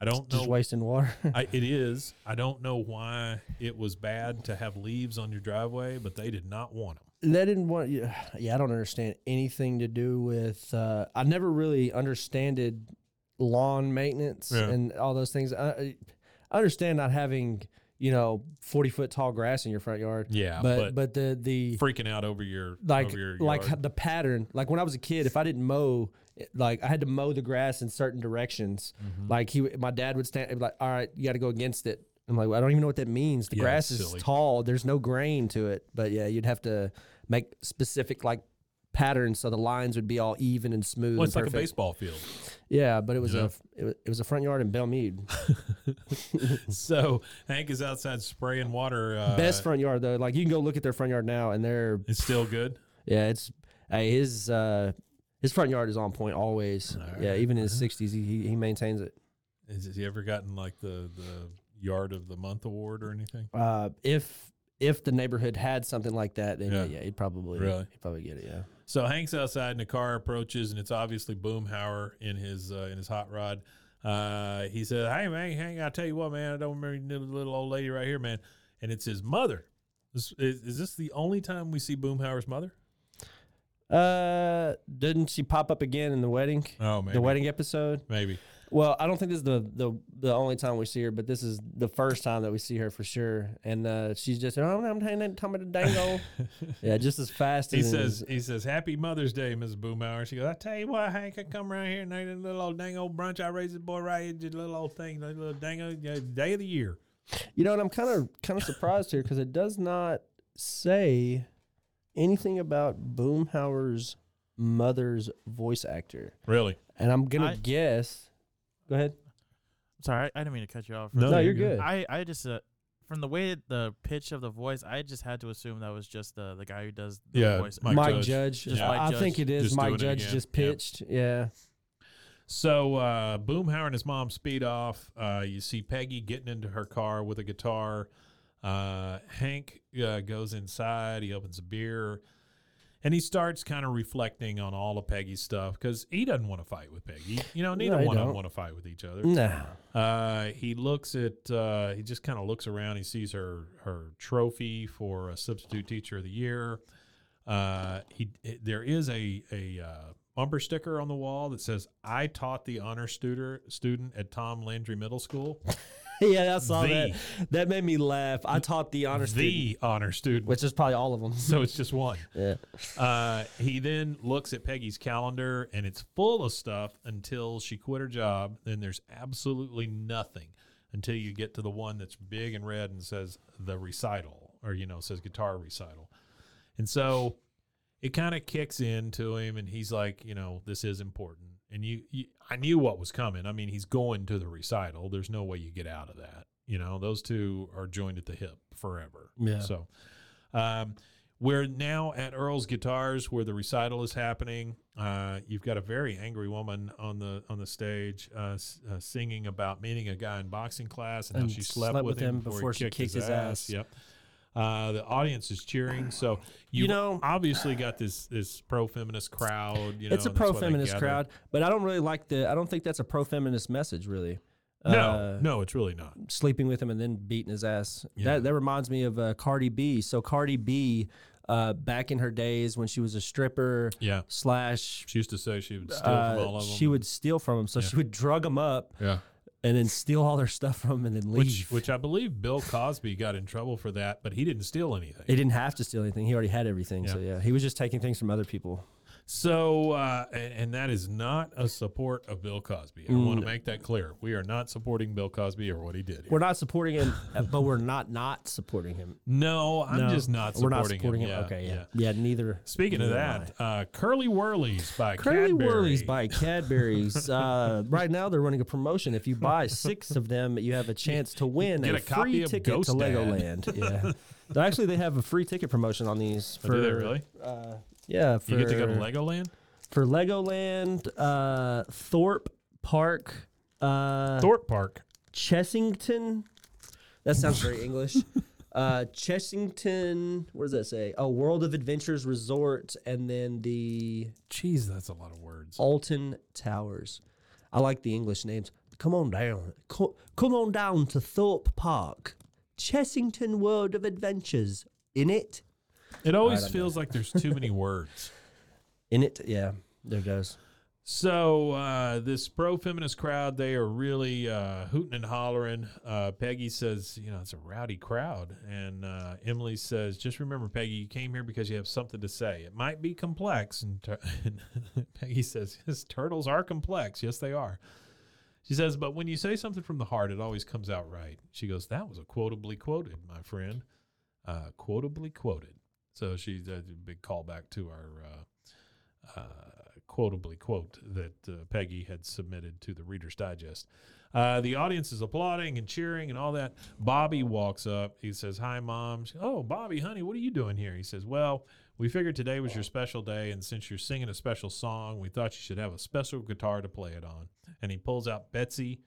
[SPEAKER 3] I don't
[SPEAKER 4] Just
[SPEAKER 3] know.
[SPEAKER 4] wasting water. (laughs)
[SPEAKER 3] I, it is. I don't know why it was bad to have leaves on your driveway, but they did not want them.
[SPEAKER 4] they didn't want yeah, yeah i don't understand anything to do with uh, i never really understanded lawn maintenance
[SPEAKER 3] Yeah.
[SPEAKER 4] and all those things I, I- I understand not having you know 40 foot tall grass in your front yard
[SPEAKER 3] Yeah, but-
[SPEAKER 4] but but, the the
[SPEAKER 3] Freaking out over your
[SPEAKER 4] like
[SPEAKER 3] over your yard.
[SPEAKER 4] like the pattern like when i was a kid if i didn't mow it- like i had to mow the grass in certain directions
[SPEAKER 3] Mm-hmm.
[SPEAKER 4] like he w- my dad would stand and be like all right you got to go against it i'm like well, i don't even know what that means the
[SPEAKER 3] Yeah,
[SPEAKER 4] grass
[SPEAKER 3] it's
[SPEAKER 4] is
[SPEAKER 3] silly.
[SPEAKER 4] tall there's no grain to it but yeah you'd have to make specific like patterns so the lines would be all even and smooth
[SPEAKER 3] Well,
[SPEAKER 4] and
[SPEAKER 3] it's like a
[SPEAKER 4] perfect.
[SPEAKER 3] baseball field.
[SPEAKER 4] yeah but it was
[SPEAKER 3] Yeah.
[SPEAKER 4] a f- it was, it was a front yard in belmead
[SPEAKER 3] So Hank is outside spraying water. Uh,
[SPEAKER 4] best front yard though like you can go look at their front yard now and they're
[SPEAKER 3] It's still good.
[SPEAKER 4] Yeah, it's hey, his uh, his front yard is on point always. Yeah, even in his sixties, he he- he maintains it.
[SPEAKER 3] Has has he ever gotten like the the yard of the month award or anything?
[SPEAKER 4] Uh, if if the neighborhood had something like that, then yeah,
[SPEAKER 3] Yeah.
[SPEAKER 4] yeah he'd probably
[SPEAKER 3] Really?
[SPEAKER 4] he'd probably get it. Yeah,
[SPEAKER 3] So Hank's outside and a car approaches, and it's obviously Boomhauer in his uh, in his hot rod. Uh, he says, "Hey man, Hank, I tell you what, man, I don't remember the little old lady right here, man." And it's his mother. Is, is, is this the only time we see Boomhauer's mother?
[SPEAKER 4] uh, didn't she pop up again in the wedding?
[SPEAKER 3] Oh, maybe.
[SPEAKER 4] the wedding episode.
[SPEAKER 3] Maybe.
[SPEAKER 4] Well, I don't think this is the, the the only time we see her, but this is the first time that we see her for sure. And uh, she's just, oh, I'm talking
[SPEAKER 3] (laughs)
[SPEAKER 4] to Dango. yeah, just as fast
[SPEAKER 3] He
[SPEAKER 4] as
[SPEAKER 3] says, he says, Happy Mother's Day, Mrs. Boomhauer. She goes, I tell you what, Hank, I come around here and they did a little old dang old brunch. I raised the boy right here, did a little old thing, like little dang old you know, day of the year.
[SPEAKER 4] You know, and I'm kind of kind of surprised here because it does not say anything about Boomhauer's mother's voice actor,
[SPEAKER 3] Really?
[SPEAKER 4] and I'm gonna
[SPEAKER 7] I-
[SPEAKER 4] guess. Go ahead.
[SPEAKER 7] Sorry, I didn't mean to cut you off.
[SPEAKER 3] No,
[SPEAKER 4] No,
[SPEAKER 3] there
[SPEAKER 4] you're
[SPEAKER 3] you go.
[SPEAKER 4] good.
[SPEAKER 7] I, I just uh, from the way that the pitch of the voice, I just had to assume that was just the the guy who does the
[SPEAKER 3] Yeah,
[SPEAKER 7] voice.
[SPEAKER 3] Mike
[SPEAKER 4] Mike
[SPEAKER 3] Judge.
[SPEAKER 4] Judge.
[SPEAKER 7] Just
[SPEAKER 4] I-
[SPEAKER 7] Mike
[SPEAKER 4] I
[SPEAKER 7] Judge.
[SPEAKER 4] think it is
[SPEAKER 3] Just
[SPEAKER 4] Mike
[SPEAKER 3] doing it
[SPEAKER 4] Judge
[SPEAKER 3] again.
[SPEAKER 4] just
[SPEAKER 3] Yeah.
[SPEAKER 4] pitched. Yeah.
[SPEAKER 3] So uh, Boomhauer and his mom speed off. Uh, you see Peggy getting into her car with a guitar. Uh, Hank uh, goes inside. He opens a beer, and he starts kind of reflecting on all of Peggy's stuff because he doesn't want to fight with Peggy. You know, neither
[SPEAKER 4] he
[SPEAKER 3] one of them
[SPEAKER 4] don't.
[SPEAKER 3] want to fight with each other.
[SPEAKER 4] Nah.
[SPEAKER 3] Uh, he looks at. Uh, he just kind of looks around. He sees her her trophy for a substitute teacher of the year. Uh, he there is a a uh, bumper sticker on the wall that says "I taught the honor student student at Tom Landry Middle School."
[SPEAKER 4] (laughs) yeah, I saw
[SPEAKER 3] The-
[SPEAKER 4] that. That made me laugh. I taught the honor student,
[SPEAKER 3] the honor student.
[SPEAKER 4] which is probably all of them.
[SPEAKER 3] so it's just one.
[SPEAKER 4] Yeah.
[SPEAKER 3] Uh, he then looks at Peggy's calendar and it's full of stuff until she quit her job. Then there's absolutely nothing until you get to the one that's big and red and says the recital or, you know, says guitar recital. And so it kind of kicks in to him and he's like, you know, this is important. And you, you, I knew what was coming. I mean, he's going to the recital. There's no way you get out of that. You know, those two are joined at the hip forever.
[SPEAKER 4] Yeah.
[SPEAKER 3] So, um, we're now at Earl's Guitars, where the recital is happening. Uh, you've got a very angry woman on the on the stage uh, s- uh, singing about meeting a guy in boxing class and, how
[SPEAKER 4] And
[SPEAKER 3] she slept, with him, before she kicked, his, ass. Yep. Uh, the audience is cheering, so you, know
[SPEAKER 4] know-
[SPEAKER 3] obviously got this this pro feminist crowd. You know,
[SPEAKER 4] it's a
[SPEAKER 3] and that's why
[SPEAKER 4] pro
[SPEAKER 3] they
[SPEAKER 4] feminist
[SPEAKER 3] gather.
[SPEAKER 4] crowd, but I don't really like the. I don't think that's a pro feminist message, really.
[SPEAKER 3] No,
[SPEAKER 4] Uh,
[SPEAKER 3] no, it's really not.
[SPEAKER 4] sleeping with him and then beating his ass.
[SPEAKER 3] Yeah.
[SPEAKER 4] That that reminds me of uh, Cardi B. So Cardi B, uh, back in her days when she was a stripper
[SPEAKER 3] Yeah,
[SPEAKER 4] slash,
[SPEAKER 3] she used to say she would steal from all
[SPEAKER 4] uh,
[SPEAKER 3] of them.
[SPEAKER 4] she would steal from him. So she would drug them up
[SPEAKER 3] yeah.
[SPEAKER 4] and then steal all their stuff from 'em and then leave.
[SPEAKER 3] Which, which I believe Bill Cosby got in trouble for that, but he didn't steal anything.
[SPEAKER 4] they didn't have to steal anything. He already had everything. So yeah, he was just taking things from other people.
[SPEAKER 3] So, uh, and, and that is not a support of Bill Cosby.
[SPEAKER 4] Mm,
[SPEAKER 3] I want to make that clear. We are not supporting Bill Cosby or what he did. here.
[SPEAKER 4] We're not
[SPEAKER 3] (laughs)
[SPEAKER 4] supporting him, uh, but we're not not supporting him.
[SPEAKER 3] no, I'm
[SPEAKER 4] No,
[SPEAKER 3] just not supporting,
[SPEAKER 4] we're not supporting him.
[SPEAKER 3] Yeah,
[SPEAKER 4] okay, yeah. yeah, Neither.
[SPEAKER 3] Speaking of
[SPEAKER 4] neither am
[SPEAKER 3] that, uh, Curly Whirlies by
[SPEAKER 4] Curly
[SPEAKER 3] Cadbury.
[SPEAKER 4] Whirlies by
[SPEAKER 3] (laughs)
[SPEAKER 4] Cadbury's. Uh, right now, they're running a promotion. If you buy six of them, you have a chance to win
[SPEAKER 3] Get
[SPEAKER 4] a,
[SPEAKER 3] a copy
[SPEAKER 4] free
[SPEAKER 3] of
[SPEAKER 4] ticket
[SPEAKER 3] Ghost
[SPEAKER 4] to
[SPEAKER 3] Dad. (laughs)
[SPEAKER 4] Legoland. Yeah, They- actually, they have a free ticket promotion on these.
[SPEAKER 3] Oh,
[SPEAKER 4] For,
[SPEAKER 3] do they really?
[SPEAKER 4] Uh, yeah, for
[SPEAKER 3] you get to go to Legoland?
[SPEAKER 4] for Legoland, uh, Thorpe Park, uh,
[SPEAKER 3] Thorpe Park.
[SPEAKER 4] Chessington. That sounds very English. (laughs) Uh, Chessington, what does that say? Oh, World of Adventures Resort, and then the
[SPEAKER 3] Jeez, that's a lot of words.
[SPEAKER 4] Alton Towers. I like the English names. Come on down. Co- come on down to Thorpe Park. Chessington World of Adventures. In it?
[SPEAKER 3] It always feels like there's too many words.
[SPEAKER 4] In it, yeah. There goes.
[SPEAKER 3] So uh, this pro-feminist crowd, they are really uh, hooting and hollering. Uh, Peggy says, you know, it's a rowdy crowd. And uh, Emily says, just remember, Peggy, you came here because you have something to say. It might be complex. And, tur- (laughs) and Peggy says, yes, turtles are complex. Yes, they are. She says, but when you say something from the heart, it always comes out right. She goes, that was a quotably quoted, my friend. Uh, quotably quoted. So she did a big callback to our uh, uh, quotably quote that uh, Peggy had submitted to the Reader's Digest. Uh, the audience is applauding and cheering and all that. Bobby walks up. He says, Hi, Mom. She- oh, Bobby, honey, what are you doing here? He says, Well, we figured today was your special day, and since you're singing a special song, we thought you should have a special guitar to play it on. And he pulls out Betsy.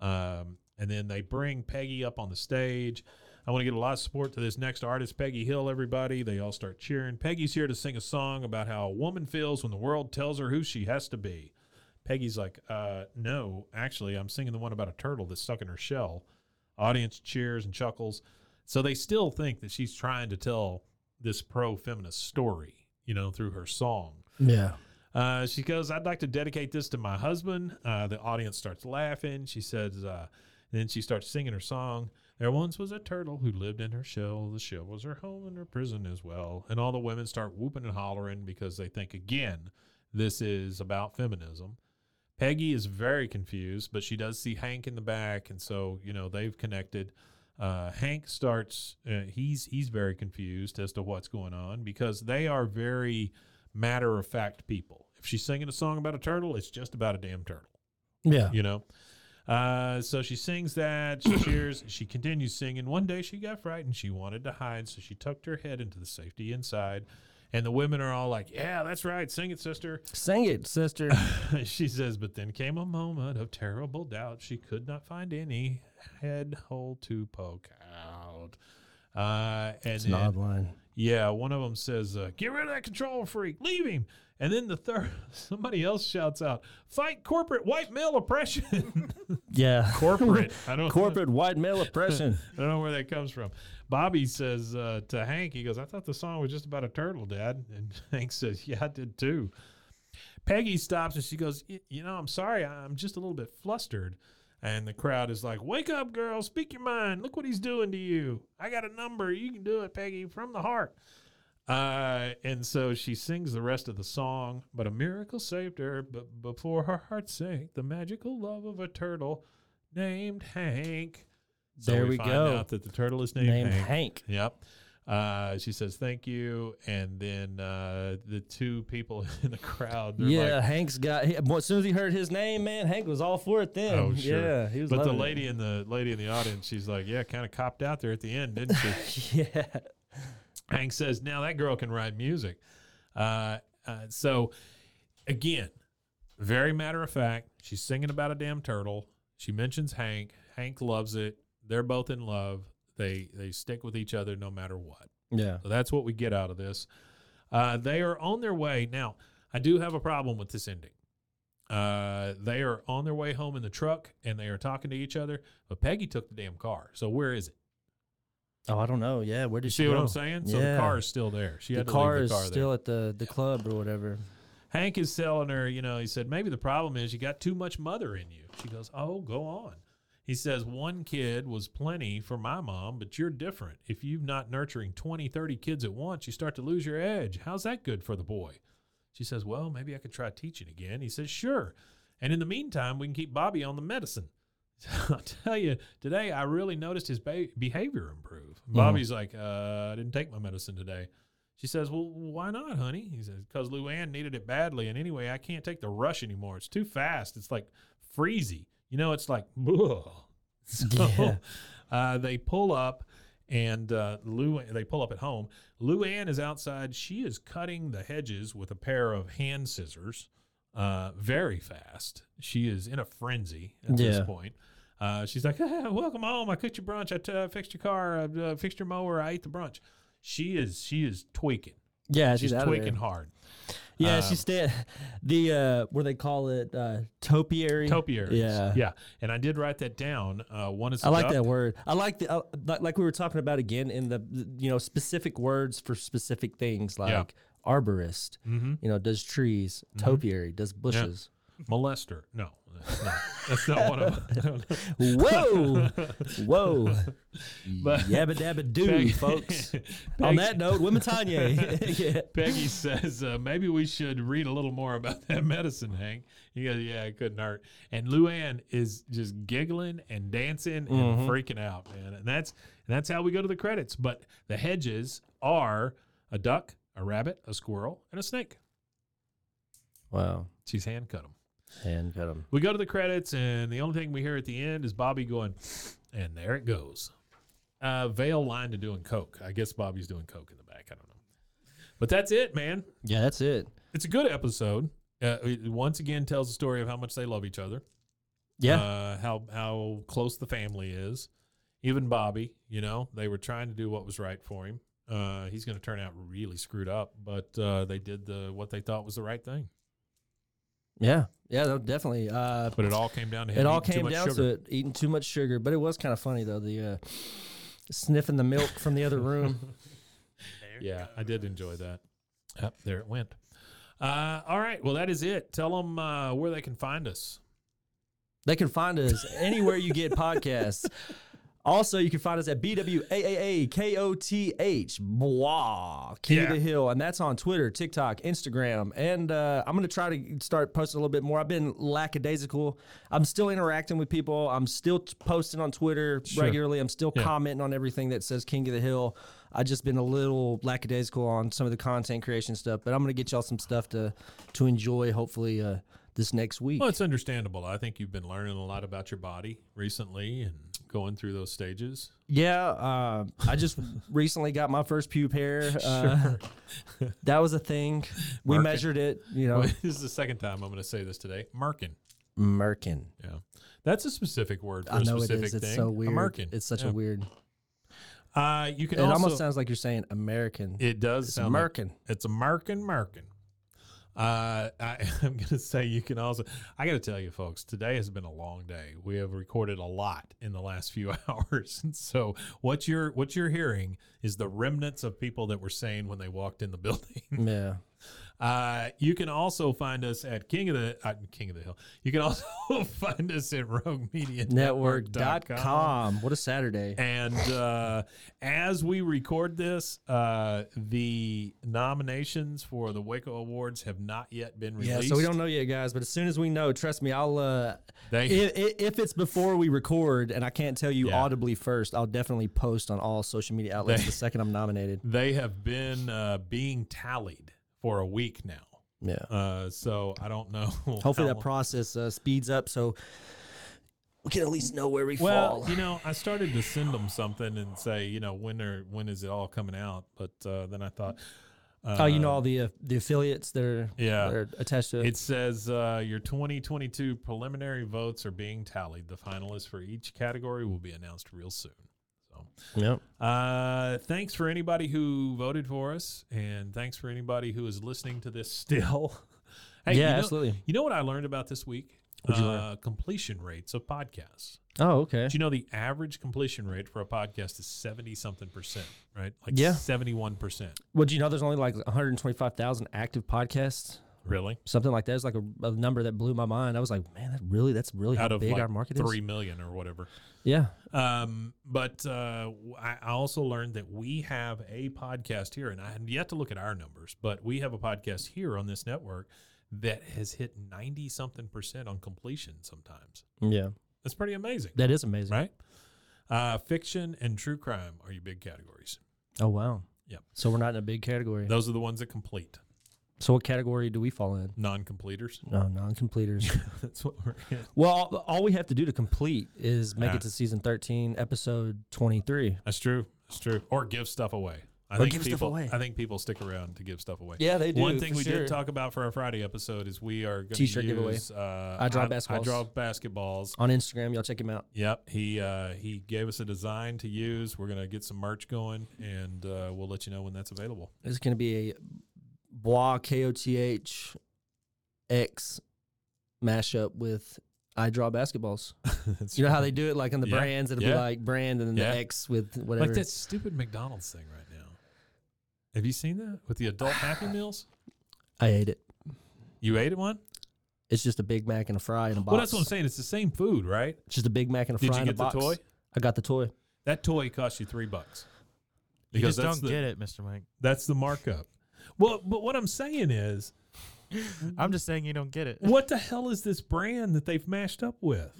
[SPEAKER 3] Um, and then they bring Peggy up on the stage. I want to get a lot of support to this next artist, Peggy Hill, everybody. They all start cheering. Peggy's here to sing a song about how a woman feels when the world tells her who she has to be. Peggy's like, uh, no, actually, I'm singing the one about a turtle that's stuck in her shell. Audience cheers and chuckles. So they still think that she's trying to tell this pro feminist story, you know, through her song.
[SPEAKER 4] Yeah.
[SPEAKER 3] Uh, she goes, I'd like to dedicate this to my husband. Uh, the audience starts laughing. She says, uh, then she starts singing her song. There once was a turtle who lived in her shell. The shell was her home and her prison as well. And all the women start whooping and hollering because they think, again, this is about feminism. Peggy is very confused, but she does see Hank in the back, and so you know they've connected. Uh, Hank starts; uh, he's he's very confused as to what's going on because they are very matter of fact people. If she's singing a song about a turtle, it's just about a damn turtle,
[SPEAKER 4] Yeah.
[SPEAKER 3] you know. Uh, so she sings that, she cheers, she continues singing. One day she got frightened, she wanted to hide, so she tucked her head into the safety inside. And the women are all like, "Yeah, that's right, sing it, sister." (laughs)
[SPEAKER 4] Sing it, sister.
[SPEAKER 3] she says, but then came a moment of terrible doubt. She could not find any head hole to poke out. Uh, and
[SPEAKER 4] It's an
[SPEAKER 3] then,
[SPEAKER 4] odd line.
[SPEAKER 3] yeah, one of them says, uh, "Get rid of that control freak, leave him." And then the third, (laughs) somebody else shouts out, "Fight corporate white male oppression!" (laughs)
[SPEAKER 4] Yeah.
[SPEAKER 3] corporate, (laughs) I don't
[SPEAKER 4] Corporate white
[SPEAKER 3] (laughs)
[SPEAKER 4] male oppression.
[SPEAKER 3] I don't know where that comes from. Bobby says uh, to Hank, he goes, I thought the song was just about a turtle, Dad. And (laughs) Hank says, Yeah, I did too. Peggy stops and she goes, "Y- You know, I'm sorry. I- I'm just a little bit flustered. And the crowd is like, Wake up, girl. Speak your mind. Look what he's doing to you. I got a number. You can do it, Peggy, from the heart. Uh, and so she sings the rest of the song, but a miracle saved her. But before her heart sank, the magical love of a turtle named Hank. So
[SPEAKER 4] There we
[SPEAKER 3] find
[SPEAKER 4] go.
[SPEAKER 3] out that the turtle is named,
[SPEAKER 4] Named
[SPEAKER 3] Hank.
[SPEAKER 4] Hank.
[SPEAKER 3] Yep. Uh, she says thank you, and then uh, the two people (laughs) in the crowd. They're
[SPEAKER 4] Yeah,
[SPEAKER 3] like,
[SPEAKER 4] Hank's got. He, well, as soon as he heard his name, man, Hank was all for it. Then, (laughs)
[SPEAKER 3] Oh sure,
[SPEAKER 4] yeah, he was.
[SPEAKER 3] But the
[SPEAKER 4] loving it.
[SPEAKER 3] lady in the lady in the audience, she's like, "Yeah, kind of copped out there at the end, didn't she?"
[SPEAKER 4] (laughs) yeah,
[SPEAKER 3] Hank says, "Now that girl can write music." Uh, uh, so, again, very matter of fact, she's singing about a damn turtle. She mentions Hank. Hank loves it. They're both in love. They they stick with each other no matter what.
[SPEAKER 4] yeah.
[SPEAKER 3] So that's what we get out of this. Uh, they are on their way now. I do have a problem with this ending. Uh, they are on their way home in the truck and they are talking to each other. But Peggy took the damn car. So where is it?
[SPEAKER 4] Oh, I don't know. Yeah, where did
[SPEAKER 3] You
[SPEAKER 4] she
[SPEAKER 3] see what
[SPEAKER 4] go?
[SPEAKER 3] I'm saying? So the
[SPEAKER 4] Yeah.
[SPEAKER 3] car is still there. She
[SPEAKER 4] The
[SPEAKER 3] had to
[SPEAKER 4] car
[SPEAKER 3] leave
[SPEAKER 4] is
[SPEAKER 3] the car there.
[SPEAKER 4] still at the the club or whatever.
[SPEAKER 3] Hank is telling her, you know, he said, maybe the problem is you got too much mother in you. She goes, oh, go on. He says, one kid was plenty for my mom, but you're different. If you're not nurturing 20, 30 kids at once, you start to lose your edge. How's that good for the boy? She says, Well, maybe I could try teaching again. He says, Sure. And in the meantime, we can keep Bobby on the medicine. (laughs) I'll tell you, today I really noticed his ba- behavior improve. Bobby's like, uh, I didn't take my medicine today. She says, Well, why not, honey? He says, Because Luann needed it badly. And anyway, I can't take the rush anymore. It's too fast. It's like freezy. You know, it's like, (laughs) ugh. So (laughs) uh, they pull up and uh, Lou, they pull up at home. Luann is outside. She is cutting the hedges with a pair of hand scissors uh, very fast. She is in a frenzy at this
[SPEAKER 4] Yeah.
[SPEAKER 3] point. Uh, she's like, (laughs) "Ah, "Welcome home! I cooked your brunch. I t- uh, fixed your car. I uh, fixed your mower. I ate the brunch." She is she is tweaking.
[SPEAKER 4] Yeah,
[SPEAKER 3] She's,
[SPEAKER 4] she's, out of there.
[SPEAKER 3] tweaking hard.
[SPEAKER 4] Yeah,
[SPEAKER 3] Um,
[SPEAKER 4] she's dead. (laughs) The uh, what do they call it? Uh, topiary.
[SPEAKER 3] Topiaries.
[SPEAKER 4] (laughs) Yeah.
[SPEAKER 3] yeah. And I did write that down. Uh, one is
[SPEAKER 4] I like
[SPEAKER 3] duck.
[SPEAKER 4] that word. I like the uh, like, like we were talking about again in the you know specific words for specific things like
[SPEAKER 3] Yeah. Mm-hmm.
[SPEAKER 4] arborist. You know, does trees, topiary, does bushes.
[SPEAKER 3] molester. No, that's not, that's not one of them. (laughs)
[SPEAKER 4] Whoa, whoa,
[SPEAKER 3] But-
[SPEAKER 4] yabba dabba doo,
[SPEAKER 3] Peg- (laughs)
[SPEAKER 4] folks. On
[SPEAKER 3] Peg-
[SPEAKER 4] that note,
[SPEAKER 3] (laughs)
[SPEAKER 4] women Tanya. yeah.
[SPEAKER 3] Peggy says, uh, maybe we should read a little more about that (laughs) medicine, Hank. He goes, yeah, it couldn't hurt. And Luann is just giggling and dancing and freaking out, man. And that's and that's how we go to the credits. But the hedges are a duck, a rabbit, a squirrel, and a snake.
[SPEAKER 4] Wow,
[SPEAKER 3] She's hand cut them.
[SPEAKER 4] and cut 'em.
[SPEAKER 3] We go to the credits, and the only thing we hear at the end is Bobby going, and there it goes. Uh, Vale line to doing coke. I guess Bobby's doing coke in the back. I don't know. But that's it, man.
[SPEAKER 4] Yeah, that's it.
[SPEAKER 3] It's a good episode. Uh, it once again tells the story of how much they love each other.
[SPEAKER 4] Yeah,
[SPEAKER 3] Uh, how how close the family is. Even Bobby, you know, they were trying to do what was right for him. Uh, he's going to turn out really screwed up, but uh, they did the what they thought was the right thing.
[SPEAKER 4] yeah, yeah. no, Definitely. Uh,
[SPEAKER 3] But it all came down to him
[SPEAKER 4] It all
[SPEAKER 3] eating too
[SPEAKER 4] came
[SPEAKER 3] much
[SPEAKER 4] down
[SPEAKER 3] sugar.
[SPEAKER 4] to it eating too much sugar, but it was kind of funny though the uh, sniffing the milk from the other room.
[SPEAKER 3] Yeah, I did enjoy that. Yep, there it went. Uh, all right. Well, that is it. Tell them uh, where they can find us.
[SPEAKER 4] they can find us anywhere you get podcasts. Also, you can find us at B-W-A-A-A-K-O-T-H, blah, King of
[SPEAKER 3] Yeah.
[SPEAKER 4] the Hill. And that's on Twitter, TikTok, Instagram. And uh, I'm going to try to start posting a little bit more. I've been lackadaisical. I'm still interacting with people. I'm still t- posting on Twitter regularly. I'm still commenting on everything that says King of the Hill. I've just been a little lackadaisical on some of the content creation stuff. But I'm going to get y'all some stuff to, to enjoy, hopefully, uh, this next week.
[SPEAKER 3] Well, it's understandable. I think you've been learning a lot about your body recently and going through those stages.
[SPEAKER 4] Yeah, um, I (laughs) just recently got my first pube hair. Uh, (laughs) that was a thing. We
[SPEAKER 3] Merkin.
[SPEAKER 4] measured it. You know,
[SPEAKER 3] (laughs) this is the second time I'm going to say this today. Merkin.
[SPEAKER 4] merkin.
[SPEAKER 3] Yeah, that's a specific word for
[SPEAKER 4] I
[SPEAKER 3] a
[SPEAKER 4] know it
[SPEAKER 3] specific
[SPEAKER 4] is.
[SPEAKER 3] thing.
[SPEAKER 4] It's so weird.
[SPEAKER 3] A merkin.
[SPEAKER 4] It's such
[SPEAKER 3] Yeah.
[SPEAKER 4] a weird.
[SPEAKER 3] Uh, you can
[SPEAKER 4] It
[SPEAKER 3] also.
[SPEAKER 4] almost sounds like you're saying American.
[SPEAKER 3] it does
[SPEAKER 4] it's
[SPEAKER 3] sound like-
[SPEAKER 4] merkin.
[SPEAKER 3] it's a merkin merkin. Uh, I, (laughs) I'm gonna say you can also. I gotta tell you, folks, today has been a long day. We have recorded a lot in the last (laughs) few hours, and so what you're what you're hearing is the remnants of people that were saying when they walked in the (laughs) building.
[SPEAKER 4] yeah.
[SPEAKER 3] Uh, you can also find us at King of the uh, King of the Hill. You can also (laughs) find us at Rogue Media
[SPEAKER 4] Network.com. What a Saturday.
[SPEAKER 3] And uh, as we record this, uh, the nominations for the Waco Awards have not yet been
[SPEAKER 4] Yeah,
[SPEAKER 3] released.
[SPEAKER 4] so we don't know yet, guys. But as soon as we know, trust me, I'll. Uh,
[SPEAKER 3] They-
[SPEAKER 4] if, if it's before we record, and I can't tell you
[SPEAKER 3] Yeah.
[SPEAKER 4] audibly first, I'll definitely post on all social media outlets
[SPEAKER 3] They-
[SPEAKER 4] the second I'm nominated.
[SPEAKER 3] They have been uh, being tallied for a week now.
[SPEAKER 4] Yeah.
[SPEAKER 3] Uh, so I don't know. (laughs)
[SPEAKER 4] Hopefully
[SPEAKER 3] how
[SPEAKER 4] that
[SPEAKER 3] long-
[SPEAKER 4] process uh, speeds up so we can at least know where we
[SPEAKER 3] Well,
[SPEAKER 4] fall.
[SPEAKER 3] you know, I started to send them something and say, you know, when are when is it all coming out? But uh, then I thought, uh,
[SPEAKER 4] oh, you know all the uh, the affiliates that are
[SPEAKER 3] Yeah.
[SPEAKER 4] that are attached to it.
[SPEAKER 3] It says uh, your 2022 preliminary votes are being tallied. The finalists for each category will be announced real soon. So,
[SPEAKER 4] Yep.
[SPEAKER 3] uh, thanks for anybody who voted for us, and thanks for anybody who is listening to this still. (laughs) hey,
[SPEAKER 4] Yeah,
[SPEAKER 3] you know,
[SPEAKER 4] absolutely.
[SPEAKER 3] You know what I learned about this week?
[SPEAKER 4] What'd you
[SPEAKER 3] uh, completion rates of podcasts.
[SPEAKER 4] Oh, okay.
[SPEAKER 3] Do you know the average completion rate for a podcast is 70 something percent, right? Like
[SPEAKER 4] Yeah.
[SPEAKER 3] 71%.
[SPEAKER 4] Well, do you know there's only like 125,000 active podcasts?
[SPEAKER 3] Really?
[SPEAKER 4] something like that. It's like a, a number that blew my mind. I was like, man, that really that's really
[SPEAKER 3] Out
[SPEAKER 4] how
[SPEAKER 3] of
[SPEAKER 4] big
[SPEAKER 3] like
[SPEAKER 4] our market
[SPEAKER 3] three
[SPEAKER 4] is.
[SPEAKER 3] million or whatever.
[SPEAKER 4] Yeah,
[SPEAKER 3] Um, but uh, I I also learned that we have a podcast here, and I had yet to look at our numbers, but we have a podcast here on this network that has hit 90 something percent on completion sometimes.
[SPEAKER 4] yeah,
[SPEAKER 3] That's pretty amazing,
[SPEAKER 4] that is amazing.
[SPEAKER 3] right? Uh, fiction and true crime are your big categories.
[SPEAKER 4] Oh wow.
[SPEAKER 3] Yep.
[SPEAKER 4] So we're not in a big category.
[SPEAKER 3] Those are the ones that complete,
[SPEAKER 4] So what category do we fall in?
[SPEAKER 3] non
[SPEAKER 4] (laughs)
[SPEAKER 3] completers.
[SPEAKER 4] No, Uh, non-completers.
[SPEAKER 3] That's what we're in.
[SPEAKER 4] (laughs) well, all- all we have to do to complete is make
[SPEAKER 3] Yeah.
[SPEAKER 4] it to season thirteen, episode twenty-three.
[SPEAKER 3] That's true. That's true. Or give stuff away. I
[SPEAKER 4] Or
[SPEAKER 3] think
[SPEAKER 4] give stuff
[SPEAKER 3] people,
[SPEAKER 4] away.
[SPEAKER 3] I think people stick around to give stuff away.
[SPEAKER 4] Yeah, they
[SPEAKER 3] One
[SPEAKER 4] do,
[SPEAKER 3] thing
[SPEAKER 4] for
[SPEAKER 3] we
[SPEAKER 4] sure.
[SPEAKER 3] did talk about for our Friday episode is we are going to
[SPEAKER 4] T-shirt giveaway.
[SPEAKER 3] use, Uh,
[SPEAKER 4] I draw
[SPEAKER 3] I
[SPEAKER 4] basketballs.
[SPEAKER 3] draw basketballs.
[SPEAKER 4] On Instagram, y'all check him out.
[SPEAKER 3] Yep. He uh, he gave us a design to use. We're going to get some merch going, and uh, we'll let you know when that's available.
[SPEAKER 4] It's going to be a Bois K O T H X mashup with I draw basketballs.
[SPEAKER 3] (laughs) That's
[SPEAKER 4] You know how
[SPEAKER 3] right.
[SPEAKER 4] they do it, like on the
[SPEAKER 3] Yeah.
[SPEAKER 4] brands, it'll
[SPEAKER 3] Yeah.
[SPEAKER 4] be like brand and then
[SPEAKER 3] Yeah.
[SPEAKER 4] the X with whatever.
[SPEAKER 3] like that stupid McDonald's thing right now. Have you seen that with the adult
[SPEAKER 4] (sighs)
[SPEAKER 3] Happy Meals?
[SPEAKER 4] I ate it.
[SPEAKER 3] You ate one.
[SPEAKER 4] It's just a Big Mac and a fry and a box.
[SPEAKER 3] Well, that's what I'm saying. It's the same food, right?
[SPEAKER 4] It's just a Big Mac and a
[SPEAKER 3] Did
[SPEAKER 4] fry
[SPEAKER 3] you
[SPEAKER 4] and a
[SPEAKER 3] get the
[SPEAKER 4] box.
[SPEAKER 3] toy?
[SPEAKER 4] I got the toy.
[SPEAKER 3] That toy cost you three bucks.
[SPEAKER 7] You just don't
[SPEAKER 3] the,
[SPEAKER 7] get it, Mr. Mike.
[SPEAKER 3] That's the markup. Well, but what I'm saying is, Mm.
[SPEAKER 7] I'm just saying you don't get it.
[SPEAKER 3] what the hell is this brand that they've mashed up with?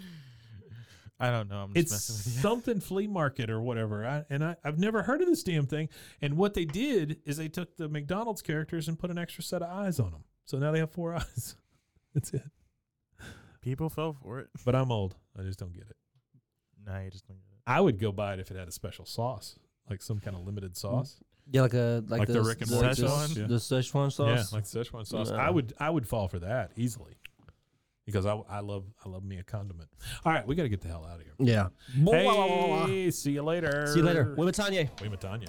[SPEAKER 7] I don't know. I'm
[SPEAKER 3] It's
[SPEAKER 7] just messing with you. (laughs)
[SPEAKER 3] something flea market or whatever. I, and I, I've never heard of this damn thing. And what they did is they took the McDonald's characters and put an extra set of eyes on them. So now they have four (laughs) eyes. That's it.
[SPEAKER 7] People fell for it.
[SPEAKER 3] But I'm old. I just don't get it.
[SPEAKER 7] No, you just don't get it.
[SPEAKER 3] I would go buy it if it had a special sauce, like some kind of limited
[SPEAKER 4] Mm.
[SPEAKER 3] sauce.
[SPEAKER 4] Yeah, like a like,
[SPEAKER 3] Like the
[SPEAKER 4] the
[SPEAKER 3] Rick and
[SPEAKER 4] the,
[SPEAKER 7] Morty
[SPEAKER 4] the-
[SPEAKER 7] sauce?
[SPEAKER 3] Yeah.
[SPEAKER 4] the Szechuan sauce.
[SPEAKER 3] Yeah, like Szechuan sauce.
[SPEAKER 4] No.
[SPEAKER 3] I would I would fall for that easily because I, I love I love me a condiment. All right, we got to get the hell out of here.
[SPEAKER 4] yeah.
[SPEAKER 3] Hey, see you later.
[SPEAKER 4] See you later. Women Tanya.
[SPEAKER 3] We met Tanya.